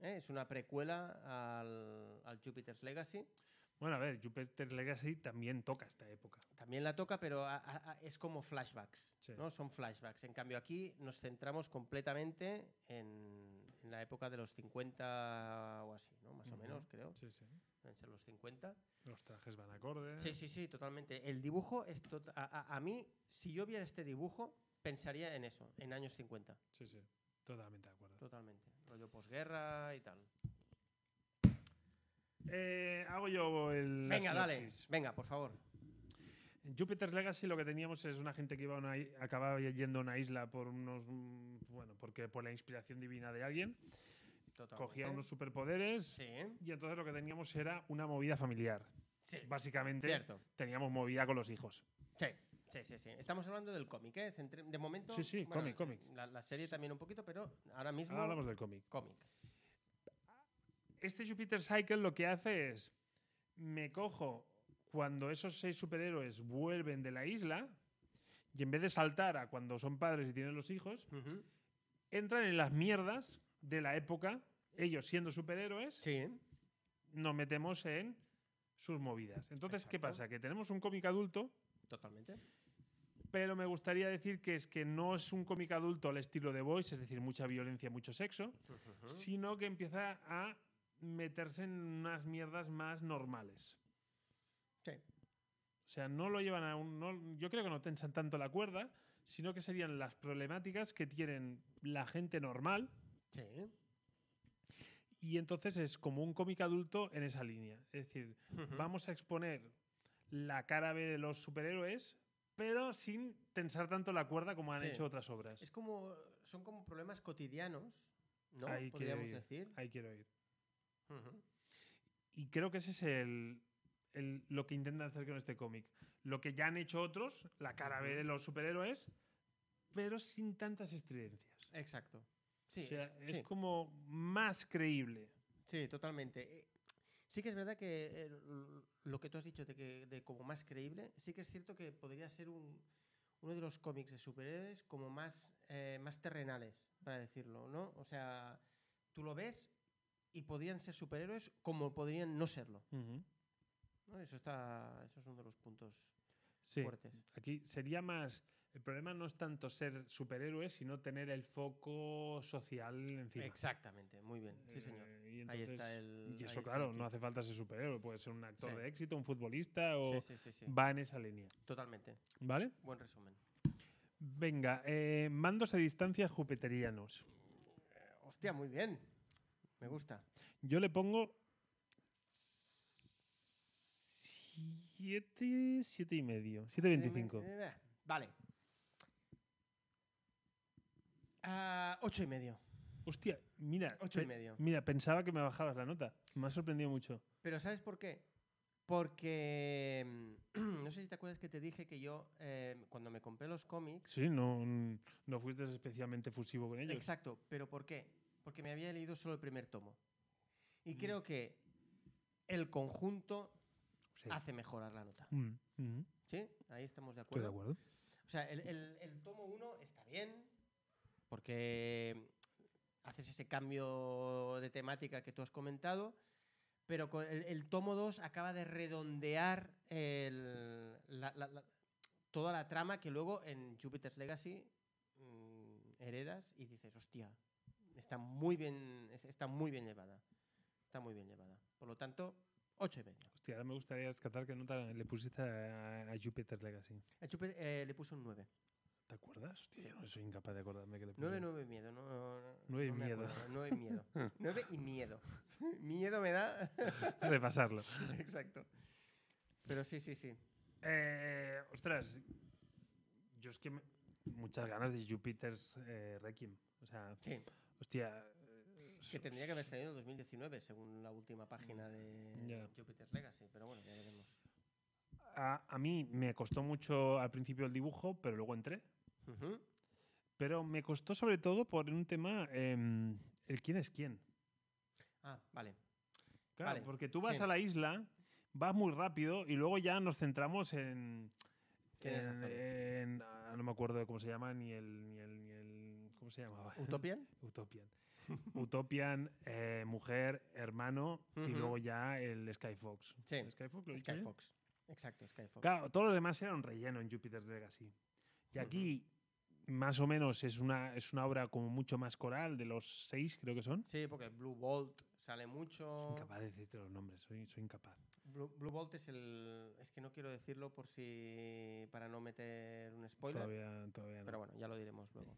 ¿eh? Es una precuela al, al Jupiter's Legacy.
Bueno, a ver, Jupiter Legacy también toca esta época.
También la toca, pero a- a- a- es como flashbacks.
Sí.
¿no? Son flashbacks. En cambio, aquí nos centramos completamente en, en la época de los 50 o así, ¿no? más o
Ujú.
menos, creo.
Sí, sí.
Deben ser los 50.
Los trajes van acorde.
Sí, sí, sí, totalmente. El dibujo, es tot- a, a- a mí, si yo viera este dibujo, pensaría en eso, en años 50.
Sí, sí. Totalmente de acuerdo.
Totalmente. Rollo posguerra y tal.
Eh, hago yo el. la
Venga, dale.
sinopsis.
Venga, por favor.
En Jupiter's Legacy lo que teníamos es una gente que iba a una i- acababa yendo a una isla por unos. mm, Bueno, porque por la inspiración divina de alguien.
Totalmente.
Cogía unos superpoderes.
Sí, ¿eh?
Y entonces lo que teníamos era una movida familiar.
sí.
Básicamente
Cierto.
teníamos movida con los hijos.
Sí, sí, sí, sí. Estamos hablando del cómic, ¿eh? Centre- De momento.
Sí, sí, cómic, cómic.
La, la serie también un poquito, pero ahora mismo.
Ahora hablamos del cómic.
Cómic.
Este Jupiter Cycle lo que hace es. Me cojo cuando esos seis superhéroes vuelven de la isla. Y en vez de saltar a cuando son padres y tienen los hijos,
Ujú.
entran en las mierdas de la época, ellos siendo superhéroes,
Sí.
nos metemos en sus movidas. Entonces, ¿qué
Exacto.
pasa? Que tenemos un cómic adulto,
Totalmente.
pero me gustaría decir que es que no es un cómic adulto al estilo de Boys, es decir, mucha violencia, mucho sexo, sino que empieza a meterse en unas mierdas más normales.
Sí.
O sea, no lo llevan a un. no- yo creo que no tensan tanto la cuerda, sino que serían las problemáticas que tienen la gente normal,
Sí.
Y entonces es como un cómic adulto en esa línea. Es decir,
Ujú.
vamos a exponer la cara B de los superhéroes, pero sin tensar tanto la cuerda como han
Sí.
hecho otras obras.
Es como. Son como problemas cotidianos, ¿no?
Ahí quiero
Podríamos
ir.
decir.
Ahí quiero ir.
Ujú.
Y creo que ese es el, el- lo que intentan hacer con este cómic. Lo que ya han hecho otros, la cara B
Ujú.
de los superhéroes, pero sin tantas estridencias.
Exacto. Sí,
o sea,
es-
es
sí.
como más creíble.
Sí, totalmente. Eh, Sí que es verdad que eh, l- lo que tú has dicho de, que, de como más creíble, sí que es cierto que podría ser un- uno de los cómics de superhéroes como más, eh, más terrenales, para decirlo, ¿no? O sea, tú lo ves y podrían ser superhéroes como podrían no serlo. ¿no? Eso, está, eso es uno de los puntos
Sí.
fuertes.
Aquí sería más. El problema no es tanto ser superhéroes, sino tener el foco social encima.
Exactamente, muy bien. Sí, señor.
Eh, y
Ahí
entonces-
está el-
Y
ahí
eso,
está
claro,
el
no
kit.
hace falta ser superhéroe. Puede ser un actor
Sí.
de éxito, un futbolista o.
Sí, sí, sí, sí.
Va en esa línea.
Totalmente.
¿Vale?
Buen resumen.
Venga, eh, mandos a distancia jupiterianos.
Hostia, muy bien. Me gusta.
Yo le pongo. Siete, siete y medio. Siete veinticinco.
Eh, Vale. Ah, ocho y medio.
Hostia, mira.
Ocho y
pe-
medio.
Mira, pensaba que me bajabas la nota. Me ha sorprendido mucho.
Pero ¿sabes por qué? Porque mm, no sé si te acuerdas que te dije que yo, eh, cuando me compré los cómics,
Sí, no, n- no fuiste especialmente fusivo con ellos.
exacto, pero ¿por qué? Porque me había leído solo el primer tomo. Y
Mm.
creo que el conjunto
Sí.
hace mejorar la nota.
Mm, mm,
¿Sí? Ahí estamos de
Estoy de
acuerdo.
acuerdo.
O sea, el, el- el tomo 1 está bien, porque haces ese cambio de temática que tú has comentado, pero con el, el tomo 2 acaba de redondear el- la- la- la- toda la trama que luego en Jupiter's Legacy mm, heredas y dices, hostia, está muy bien, es- está muy bien llevada. Está muy bien llevada. Por lo tanto, 8 y medio.
Hostia, ahora me gustaría rescatar que nota le pusiste a, a Jupiter Legacy.
A Jupiter, eh, le puso un 9.
¿Te acuerdas? Hostia, yo no soy incapaz de acordarme que le puse.
9, 9 miedo. No, no, no,
Nueve y
no me
miedo.
acuerdo, nueve y miedo. 9 y miedo. miedo me da.
Repasarlo.
Exacto. Pero sí, sí, sí.
Eh, ostras, yo es que me- muchas ganas de Jupiter's eh, Requiem. O sea,
Sí.
hostia. eh,
Que
so-
tendría que haber salido en el 2019, según la última página de
Ya.
Jupiter's Legacy. Pero bueno, ya veremos.
a, a mí me costó mucho al principio el dibujo, pero luego entré.
Ujú.
Pero me costó sobre todo por un tema, em, el quién es quién.
Ah, vale.
Claro,
Vale,
porque tú vas
sí.
a la isla, vas muy rápido y luego ya nos centramos en.
Tienes
en-
razón.
en- ah, no me acuerdo de cómo se llama ni el. Ni el, ni el- ¿Cómo se llamaba?
¿Utopian?
Utopian. Utopian, eh, mujer, hermano y
Ujú.
luego ya el Skyfox.
Sí.
¿Skyfox lo he dicho bien?
Skyfox. Exacto, Skyfox.
Claro, todo lo demás era un relleno en Jupiter Legacy. Y
Ujú.
aquí, más o menos, es una, es una obra como mucho más coral, de los seis creo que son.
Sí, porque Blue Bolt sale mucho.
Incapaz de decirte los nombres, soy, soy incapaz.
Blue, Blue Bolt es el. Es que no quiero decirlo por si. para no meter un spoiler.
Todavía, todavía no.
Pero bueno, ya lo diremos luego.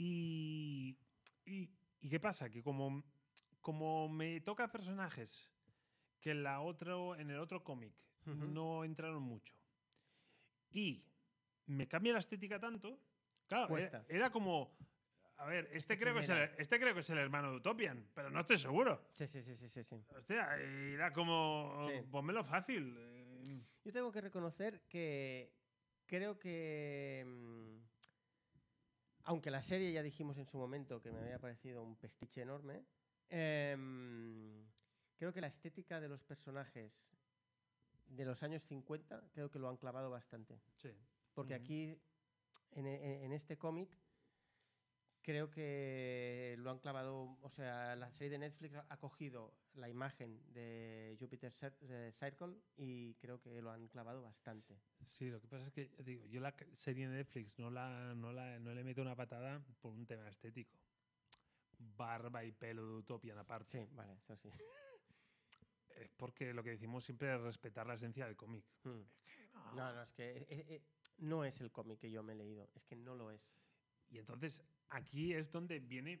Y, y, y qué pasa? Que como, como me toca personajes que en, la otro, en el otro cómic
Ujú.
no entraron mucho y me cambia la estética tanto, claro, era,
Cuesta.
era como... A ver, este creo, que es el,
era?
este creo que es el hermano de Utopian, pero no estoy seguro.
Sí, sí, sí, sí, sí, sí.
Hostia, era como...
Sí.
Pónmelo fácil. eh,
Yo tengo que reconocer que creo que. mm, Aunque la serie ya dijimos en su momento que me había parecido un pestiche enorme, em, creo que la estética de los personajes de los años 50 creo que lo han clavado bastante.
sí.
Porque
Ujú.
aquí, en, e- en este cómic, creo que lo han clavado. O sea, la serie de Netflix ha ha cogido la imagen de Jupiter Cir- eh, Circle y creo que lo han clavado bastante.
Sí, lo que pasa es que ya digo, yo la c- serie de Netflix no, la, no, la, no le meto una patada por un tema estético. Barba y pelo de Utopian aparte.
Sí, vale, eso sí.
Es porque lo que decimos siempre es respetar la esencia del cómic.
Mm.
No.
No, no, es que eh, eh, eh, no es el cómic que yo me he leído, es que no lo es.
Y entonces aquí es donde viene.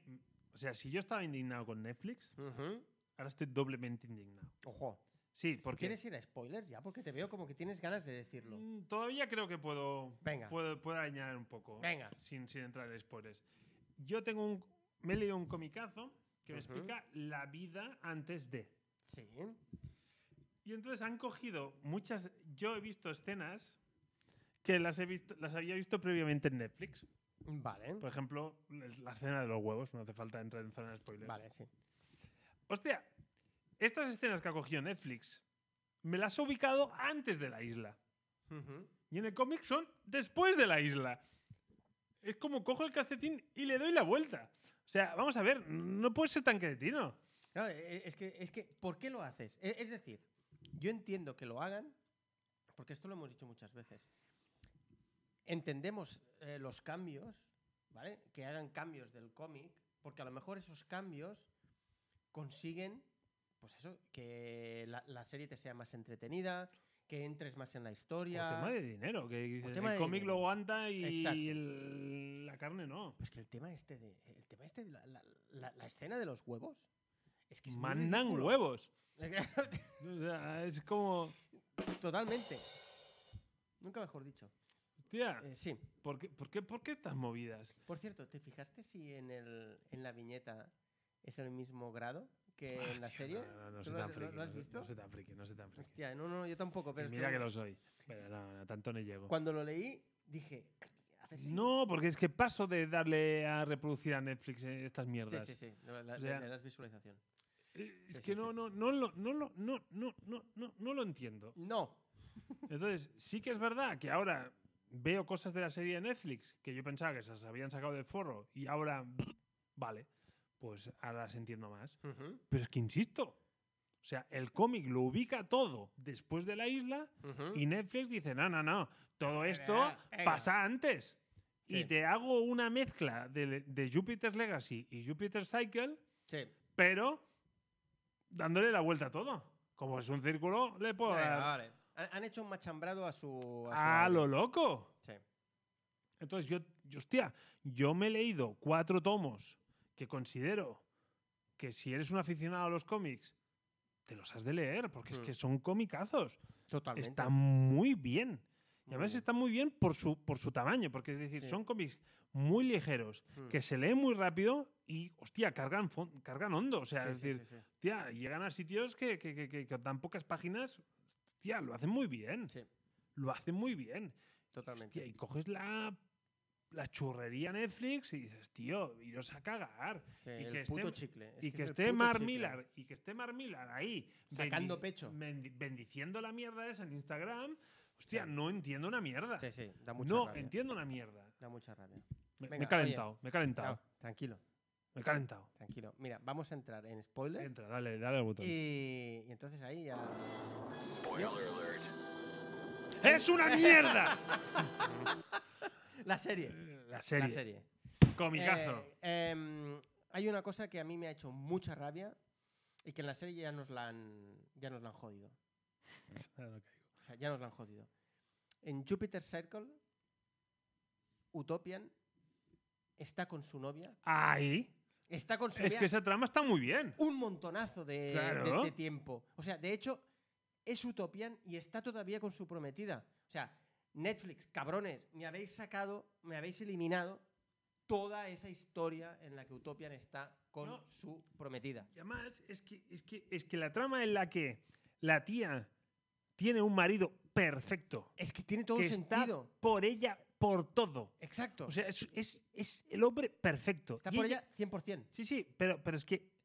O sea, si yo estaba indignado con Netflix,
Ujú.
ahora estoy doblemente indignado.
Ojo.
Sí, porque.
¿Quieres ir a spoilers ya? Porque te veo como que tienes ganas de decirlo.
Mm, Todavía creo que puedo,
Venga.
puedo, puedo añadir un poco.
Venga.
Sin, sin entrar en spoilers. Yo tengo un. Me he leído un comicazo que me
Ujú.
explica la vida antes de.
Sí.
Y entonces han cogido muchas. Yo he visto escenas que las, he visto, las había visto previamente en Netflix.
Vale.
Por ejemplo, el- la escena de los huevos, no hace falta entrar en zona de spoilers.
Vale, sí.
Hostia, estas escenas que ha cogido Netflix me las ha ubicado antes de la isla.
Ujú.
Y en el cómic son después de la isla. Es como cojo el calcetín y le doy la vuelta. O sea, vamos a ver, no puede ser tan cretino.
Claro, e- e- es que, es que, ¿por qué lo haces? E- Es decir, yo entiendo que lo hagan, porque esto lo hemos dicho muchas veces. Entendemos eh, los cambios, ¿vale? Que hagan cambios del cómic, porque a lo mejor esos cambios consiguen, pues eso, que la, la serie te sea más entretenida, que entres más en la
O
historia.
tema de dinero, que dices,
tema
el
de
cómic lo
dinero.
aguanta y
Exacto.
el- la carne no.
Pues que el tema este de, el tema este de la, la- la- la escena de los huevos, es que es muy
Mandan
ridículo.
huevos. O sea, es como.
Totalmente. Nunca mejor dicho.
Hostia,
Eh, sí.
¿por qué, por, qué, ¿por qué estas movidas?
Por cierto, ¿te fijaste si en, el, en la viñeta es el mismo grado que
Ah,
en la
tío,
serie?
No, no, no
¿Tú
soy
lo,
tan
has- lo-
friki.
lo has
no soy-
visto?
No soy tan friki, no soy tan friki.
Hostia, no, no, yo tampoco.
Y
Pero es
mira que
me-
lo soy. Pero no, no, tanto no llego.
cuando lo leí, dije. "A ver si-".
No, porque es que paso de darle a reproducir a Netflix eh, estas
Sí,
mierdas.
sí, sí. la- la-
O sea-
le das visualización.
Eh, Es
Sí,
que
sí,
no,
sí.
no, no, lo- no, lo- no, no, no, no, no lo entiendo.
No.
Entonces, sí que es verdad que ahora veo cosas de la serie de Netflix que yo pensaba que se las habían sacado del forro y ahora, vale, pues ahora las entiendo más.
Ujú.
Pero es que insisto, o sea, el cómic lo ubica todo después de la isla
Ujú.
y Netflix dice, no, no, no, todo esto
venga.
pasa antes.
Sí.
Y te hago una mezcla de, de Jupiter's Legacy y Jupiter's Cycle,
Sí.
pero dándole la vuelta a todo. Como es un círculo, le puedo
Venga,
dar
vale. Han, han hecho un machambrado a su.
a
su-
ah. lo loco.
Sí.
Entonces, yo, yo, hostia, yo me he leído cuatro tomos que considero que si eres un aficionado a los cómics, te los has de leer, porque es
Mm.
que son comicazos.
Totalmente.
Está muy bien. Y
Muy
además
bien.
está muy bien por su, por su tamaño, porque es decir,
Sí.
son cómics muy ligeros,
Mm.
que se leen muy rápido y, hostia, cargan, fon- cargan hondo. O sea,
Sí,
es
sí,
decir,
sí, sí.
hostia, llegan a sitios que, que, que- que- que tan pocas páginas, hostia, lo hacen muy bien.
Sí.
Lo hacen muy bien.
Totalmente.
Hostia, y coges la, la churrería Netflix y dices, tío, iros a cagar.
Sí,
y
el
que esté-
puto chicle. Es
y
que
que
es el
esté
puto
Mar
chicle.
Millar, y que esté Mar Millar ahí.
Sacando
bendi-
pecho.
bendi- Bendiciendo la mierda esa en Instagram. Hostia,
Sí.
no entiendo una mierda.
Sí, sí, da mucha
No
rabia.
entiendo una mierda.
Da mucha rabia.
Me, me
Venga,
he calentado, me he calentado,
No, tranquilo,
me he calentado.
tranquilo. Mira, vamos a entrar en spoiler.
Entra, dale, dale al botón.
Y, y entonces ahí ya.
¡Es una mierda!
La serie.
la serie.
La serie.
Comicazo.
Eh, em, hay una cosa que a mí me ha hecho mucha rabia y que en la serie ya nos la han, ya nos la han jodido. O sea, ya nos la han jodido. En Jupiter Circle, Utopian está con su novia.
Ahí.
Está con su
Es
novia
que esa trama está muy bien.
un montonazo de,
Claro.
de- de tiempo. O sea, de hecho, es Utopian y está todavía con su prometida. O sea, Netflix, cabrones, me habéis sacado, me habéis eliminado toda esa historia en la que Utopian está con
No.
su prometida.
Y además, es que, es, que, es que la trama en la que la tía tiene un marido perfecto,
Es que tiene todo
que está
sentido.
por ella, por todo.
Exacto.
O sea, es, es- es el hombre perfecto.
está
Y
por
ella-
ella 100%.
Sí, sí, pero, pero es que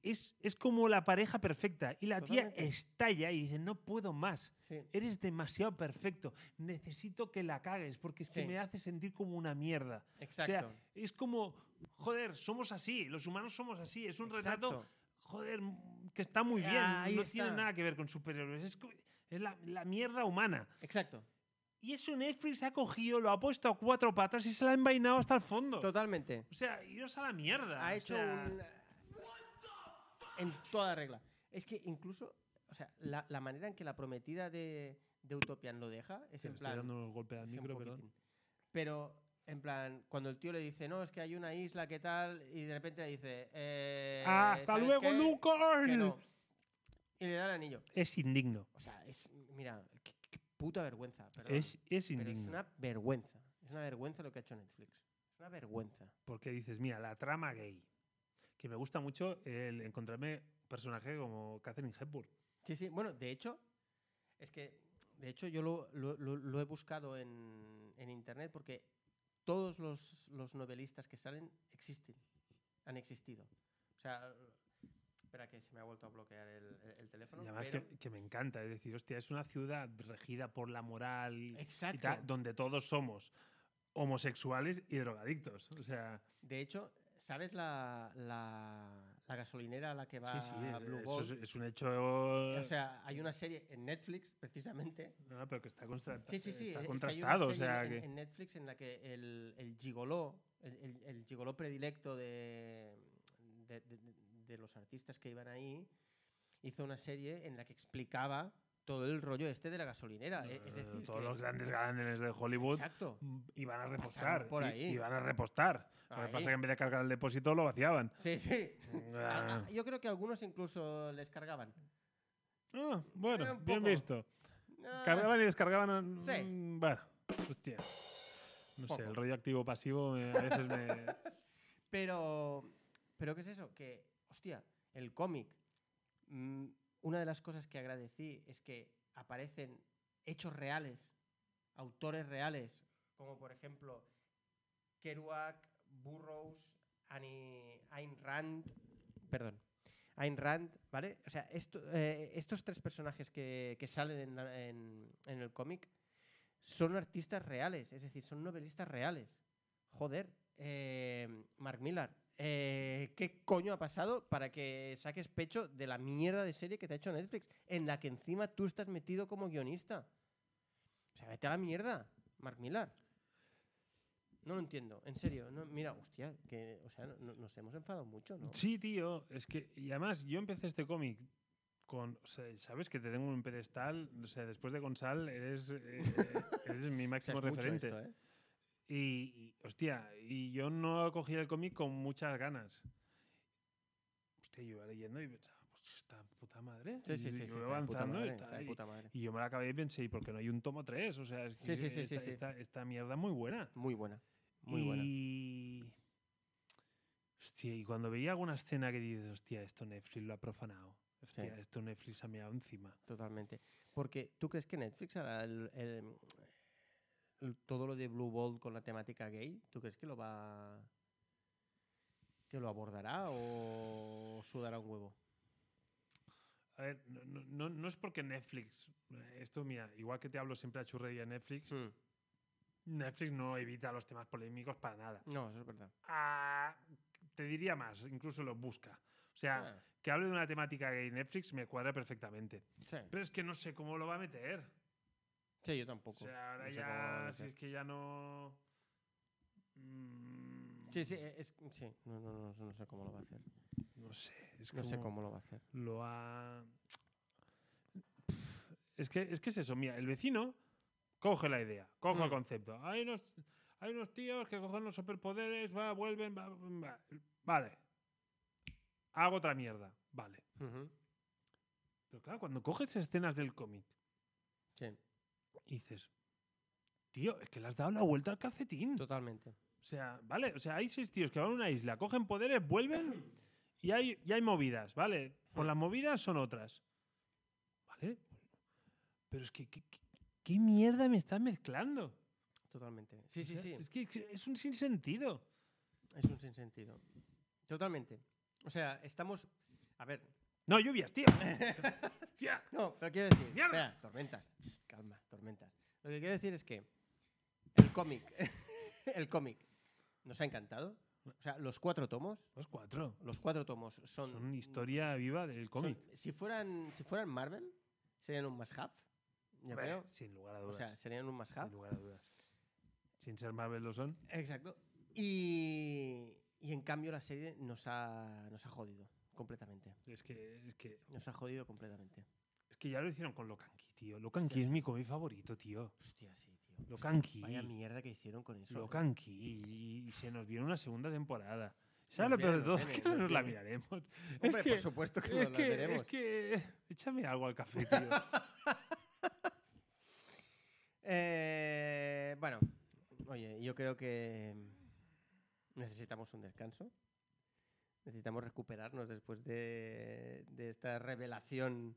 es, es como la pareja perfecta. Y la
Totalmente.
tía estalla y dice, no puedo más.
Sí.
Eres demasiado perfecto. Necesito que la cagues porque se
Sí.
me hace sentir como una mierda.
Exacto.
O sea, es como, joder, somos así, los humanos somos así. Es un retrato,
Exacto.
joder, mm, que está muy bien.
Ahí
no
está.
tiene nada que ver con superhéroes. Es, co- es la, la mierda humana.
Exacto.
Y eso Netflix ha cogido, lo ha puesto a cuatro patas y se la ha envainado hasta el fondo.
Totalmente.
O sea, iros a la mierda.
ha
o
hecho
sea,
un. En toda regla. Es que incluso, o sea, la, la manera en que la prometida de, de Utopian lo deja es
Hostia,
en
le
plan.
Estoy dando un golpe al
es un
micro, perdón.
poquitín. Pero, en plan, cuando el tío le dice, no, es que hay una isla, ¿qué tal? Y de repente le dice, eh,
"Ah, ¡Hasta
¿sabes
luego,
qué?
Lucas!
Que no. Y le da el anillo.
Es indigno.
O sea, es. Mira, qué, qué puta vergüenza. perdón.
Es, es
Pero
indigno.
es una vergüenza. Es una vergüenza lo que ha hecho Netflix. Es una vergüenza.
Porque dices, mira, la trama gay. Que me gusta mucho el encontrarme personaje como Catherine Hepburn.
Sí, sí. Bueno, de hecho, es que, de hecho, yo lo, lo- lo- lo he buscado en, en internet porque todos los, los novelistas que salen existen, han existido. O sea, espera que se me ha vuelto a bloquear el, el- el teléfono.
Y además
pero-
que, que me encanta. Es decir, hostia, es una ciudad regida por la moral y
Exacto.
tal, donde todos somos homosexuales y drogadictos. O sea,
De hecho, ¿sabes la, la, la gasolinera a la que va
sí, sí, es-
Blue
eso es,
Gold?
es un hecho.
O sea, hay una serie en Netflix, precisamente,
no, pero que está, contra-
Sí, sí,
está
sí. es que hay una
contrastado. o
serie
sea,
en,
que...
en Netflix en la que el, el gigoló, el, el- el gigoló predilecto de, de- de- de los artistas que iban ahí, hizo una serie en la que explicaba todo el rollo este de la gasolinera. eh, es
Eh,
decir,
todos
que-
los grandes galanes de Hollywood
Exacto.
mm, iban a repostar.
Pasaron por
i-
ahí.
Iban a repostar. Lo que
Ahí.
pasa es que en vez de cargar el depósito lo vaciaban.
Sí, sí. A-
Ah,
a- Yo creo que algunos incluso les cargaban.
ah, bueno,
Eh, un
bien
poco.
visto.
Ah,
Cargaban y descargaban. mm,
Sí.
Bueno, hostia. No sé,
Poco.
el rollo activo-pasivo me- a veces me.
Pero, pero ¿qué es eso? Que, hostia, el cómic. mm, una de las cosas que agradecí es que aparecen hechos reales, autores reales, como por ejemplo Kerouac, Burroughs, Annie, Ayn Rand. Perdón. Ayn Rand, ¿vale? O sea, esto- eh, estos tres personajes que, que salen en, la- en- en el cómic son artistas reales, es decir, son novelistas reales. Joder, eh, Mark Millar, eh, ¿qué coño ha pasado para que saques pecho de la mierda de serie que te ha hecho Netflix? En la que encima tú estás metido como guionista. O sea, vete a la mierda, Mark Millar. No lo entiendo, en serio. No, mira, hostia, que o sea, no- no- nos hemos enfadado mucho, ¿no?
Sí, tío, es que. Y además, yo empecé este cómic con. o sea, Sabes que te tengo un pedestal. O sea, después de Gonzal, eres, eh, eres mi
O sea,
máximo
es mucho
referente.
esto, ¿eh?
Y, y, hostia, y yo no cogí el cómic con muchas ganas. Hostia, yo iba leyendo y pensaba, pues esta puta madre.
Sí, sí,
Y
sí, sí,
iba
está de puta
avanzando y
madre,
está
está de
ahí.
puta madre.
Y yo me la acabé y pensé, ¿y por qué no hay un tomo 3? O sea, es que
Sí, sí, sí, sí,
esta,
sí.
esta- esta mierda es muy buena.
Muy buena, muy buena.
y... Hostia, y cuando veía alguna escena que dices, hostia, esto Netflix lo ha profanado. Hostia, esto Netflix ha meado encima.
Totalmente. Porque tú crees que Netflix hará el- el- el- todo lo de Blue Ball con la temática gay, ¿tú crees que lo va que lo abordará o sudará un huevo?
A ver, no, no- no- no es porque Netflix... eh, Esto, mira, igual que te hablo siempre a churrería de Netflix,
Mm.
Netflix no evita los temas polémicos para nada.
No, eso es verdad.
Ah, te diría más, incluso los busca. O sea,
Ah,
que hable de una temática gay Netflix me cuadra perfectamente.
sí.
Pero es que no sé cómo lo va a meter.
Sí, yo
O
tampoco.
sea, ahora
No sé cómo lo van a
ya, si
hacer.
es que ya no... Mm,
Sí, sí, eh, es, sí. No, no, no, no sé cómo lo va a hacer.
No sé, es
No sé
como
cómo lo va a hacer.
Lo ha... Es que, es que es eso, mira, el vecino coge la idea, coge el
Mm.
concepto. Hay unos, hay unos tíos que cogen los superpoderes, va, vuelven, va, va. Vale. Hago otra mierda, vale.
Ujú.
Pero claro, cuando coges escenas del cómic
Sí,
y dices, tío, es que le has dado la vuelta al calcetín.
totalmente.
O sea, vale, o sea, hay seis tíos que van a una isla, cogen poderes, vuelven y hay, y hay movidas, ¿vale? Por las movidas son otras. ¿Vale? Pero es que, ¿qué, qué- qué mierda me estás mezclando?
Totalmente. Sí,
O
sí,
sea,
sí.
Es que es- es un sinsentido.
Es un sinsentido. Totalmente. O sea, estamos. A ver,
No, lluvias, tío. Hostia.
No, pero quiero decir.
¡Mierda!
espera, tormentas. Ch, Calma, tormentas. Lo que quiero decir es que el cómic. el cómic nos ha encantado. O sea, los cuatro tomos.
Los cuatro.
Los cuatro tomos son.
Son historia viva del
son-
cómic.
si fueran. Si fueran Marvel, serían un must have. Yo
Hombre,
creo.
Sin lugar a
O
dudas.
sea, serían un must have.
sin lugar a dudas. Sin ser Marvel lo son.
Exacto. Y. Y en cambio la serie nos ha, nos ha jodido completamente.
Es que, es que,
Nos ha jodido completamente.
es que ya lo hicieron con Lokanki, tío. Lokanki
Hostia,
es
sí.
mi cómic favorito, tío.
Hostia, sí, tío.
Lokanki.
Vaya mierda que hicieron con eso. ¿eh?
Lo canqui y, y se nos viene una segunda temporada.
Nos
¿Sabes lo peor
viene,
de
nos
todo?
viene,
que no
nos
nos la
viene.
miraremos.
Hombre,
es que,
por supuesto que no
es
lo
que,
veremos.
es que. Échame algo al café, tío.
Eh, bueno, oye, yo creo que necesitamos un descanso. Necesitamos recuperarnos después de, de esta revelación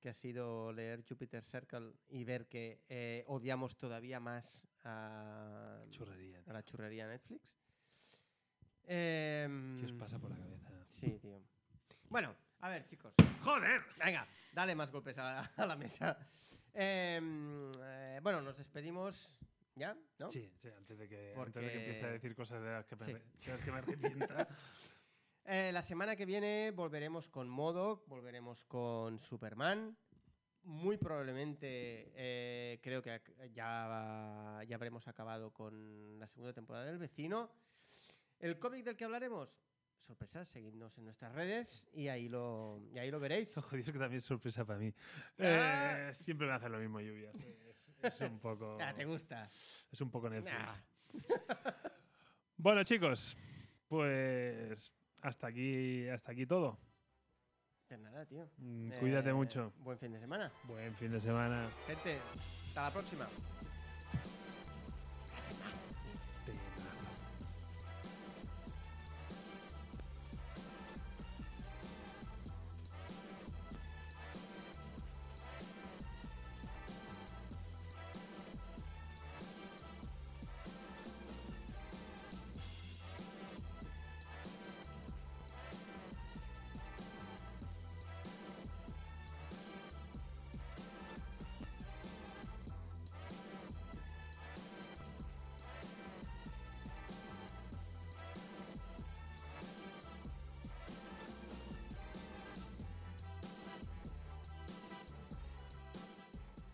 que ha sido leer Jupiter Circle y ver que eh, odiamos todavía más a,
Churrería.
a
tío.
la churrería Netflix. Em,
¿Qué os pasa por la cabeza?
Sí, tío. Bueno, a ver, chicos.
¡Joder!
Venga, dale más golpes a la, a la mesa. Em, eh, bueno, nos despedimos ya, ¿no?
Sí, sí, antes de, que, antes de
Porque-
que empiece a decir cosas de las que me,
Sí.
de las que me arrepienta.
Eh, la semana que viene volveremos con Modoc, volveremos con Superman. Muy probablemente eh, creo que ac- ya, ya habremos acabado con la segunda temporada del vecino. El cómic del que hablaremos, sorpresa, seguidnos en nuestras redes y ahí lo, y ahí lo veréis.
Joder, es que también es sorpresa para mí.
Ah.
Eh, siempre me hacen lo mismo lluvias. Es, es un poco.
Ah, ¿Te gusta?
Es un poco Netflix.
Nah.
Bueno, chicos, pues hasta aquí, hasta aquí todo.
Pues nada, tío.
Mm, Cuídate
Eh,
mucho.
Buen fin de semana.
Buen fin de semana.
Gente, hasta la próxima.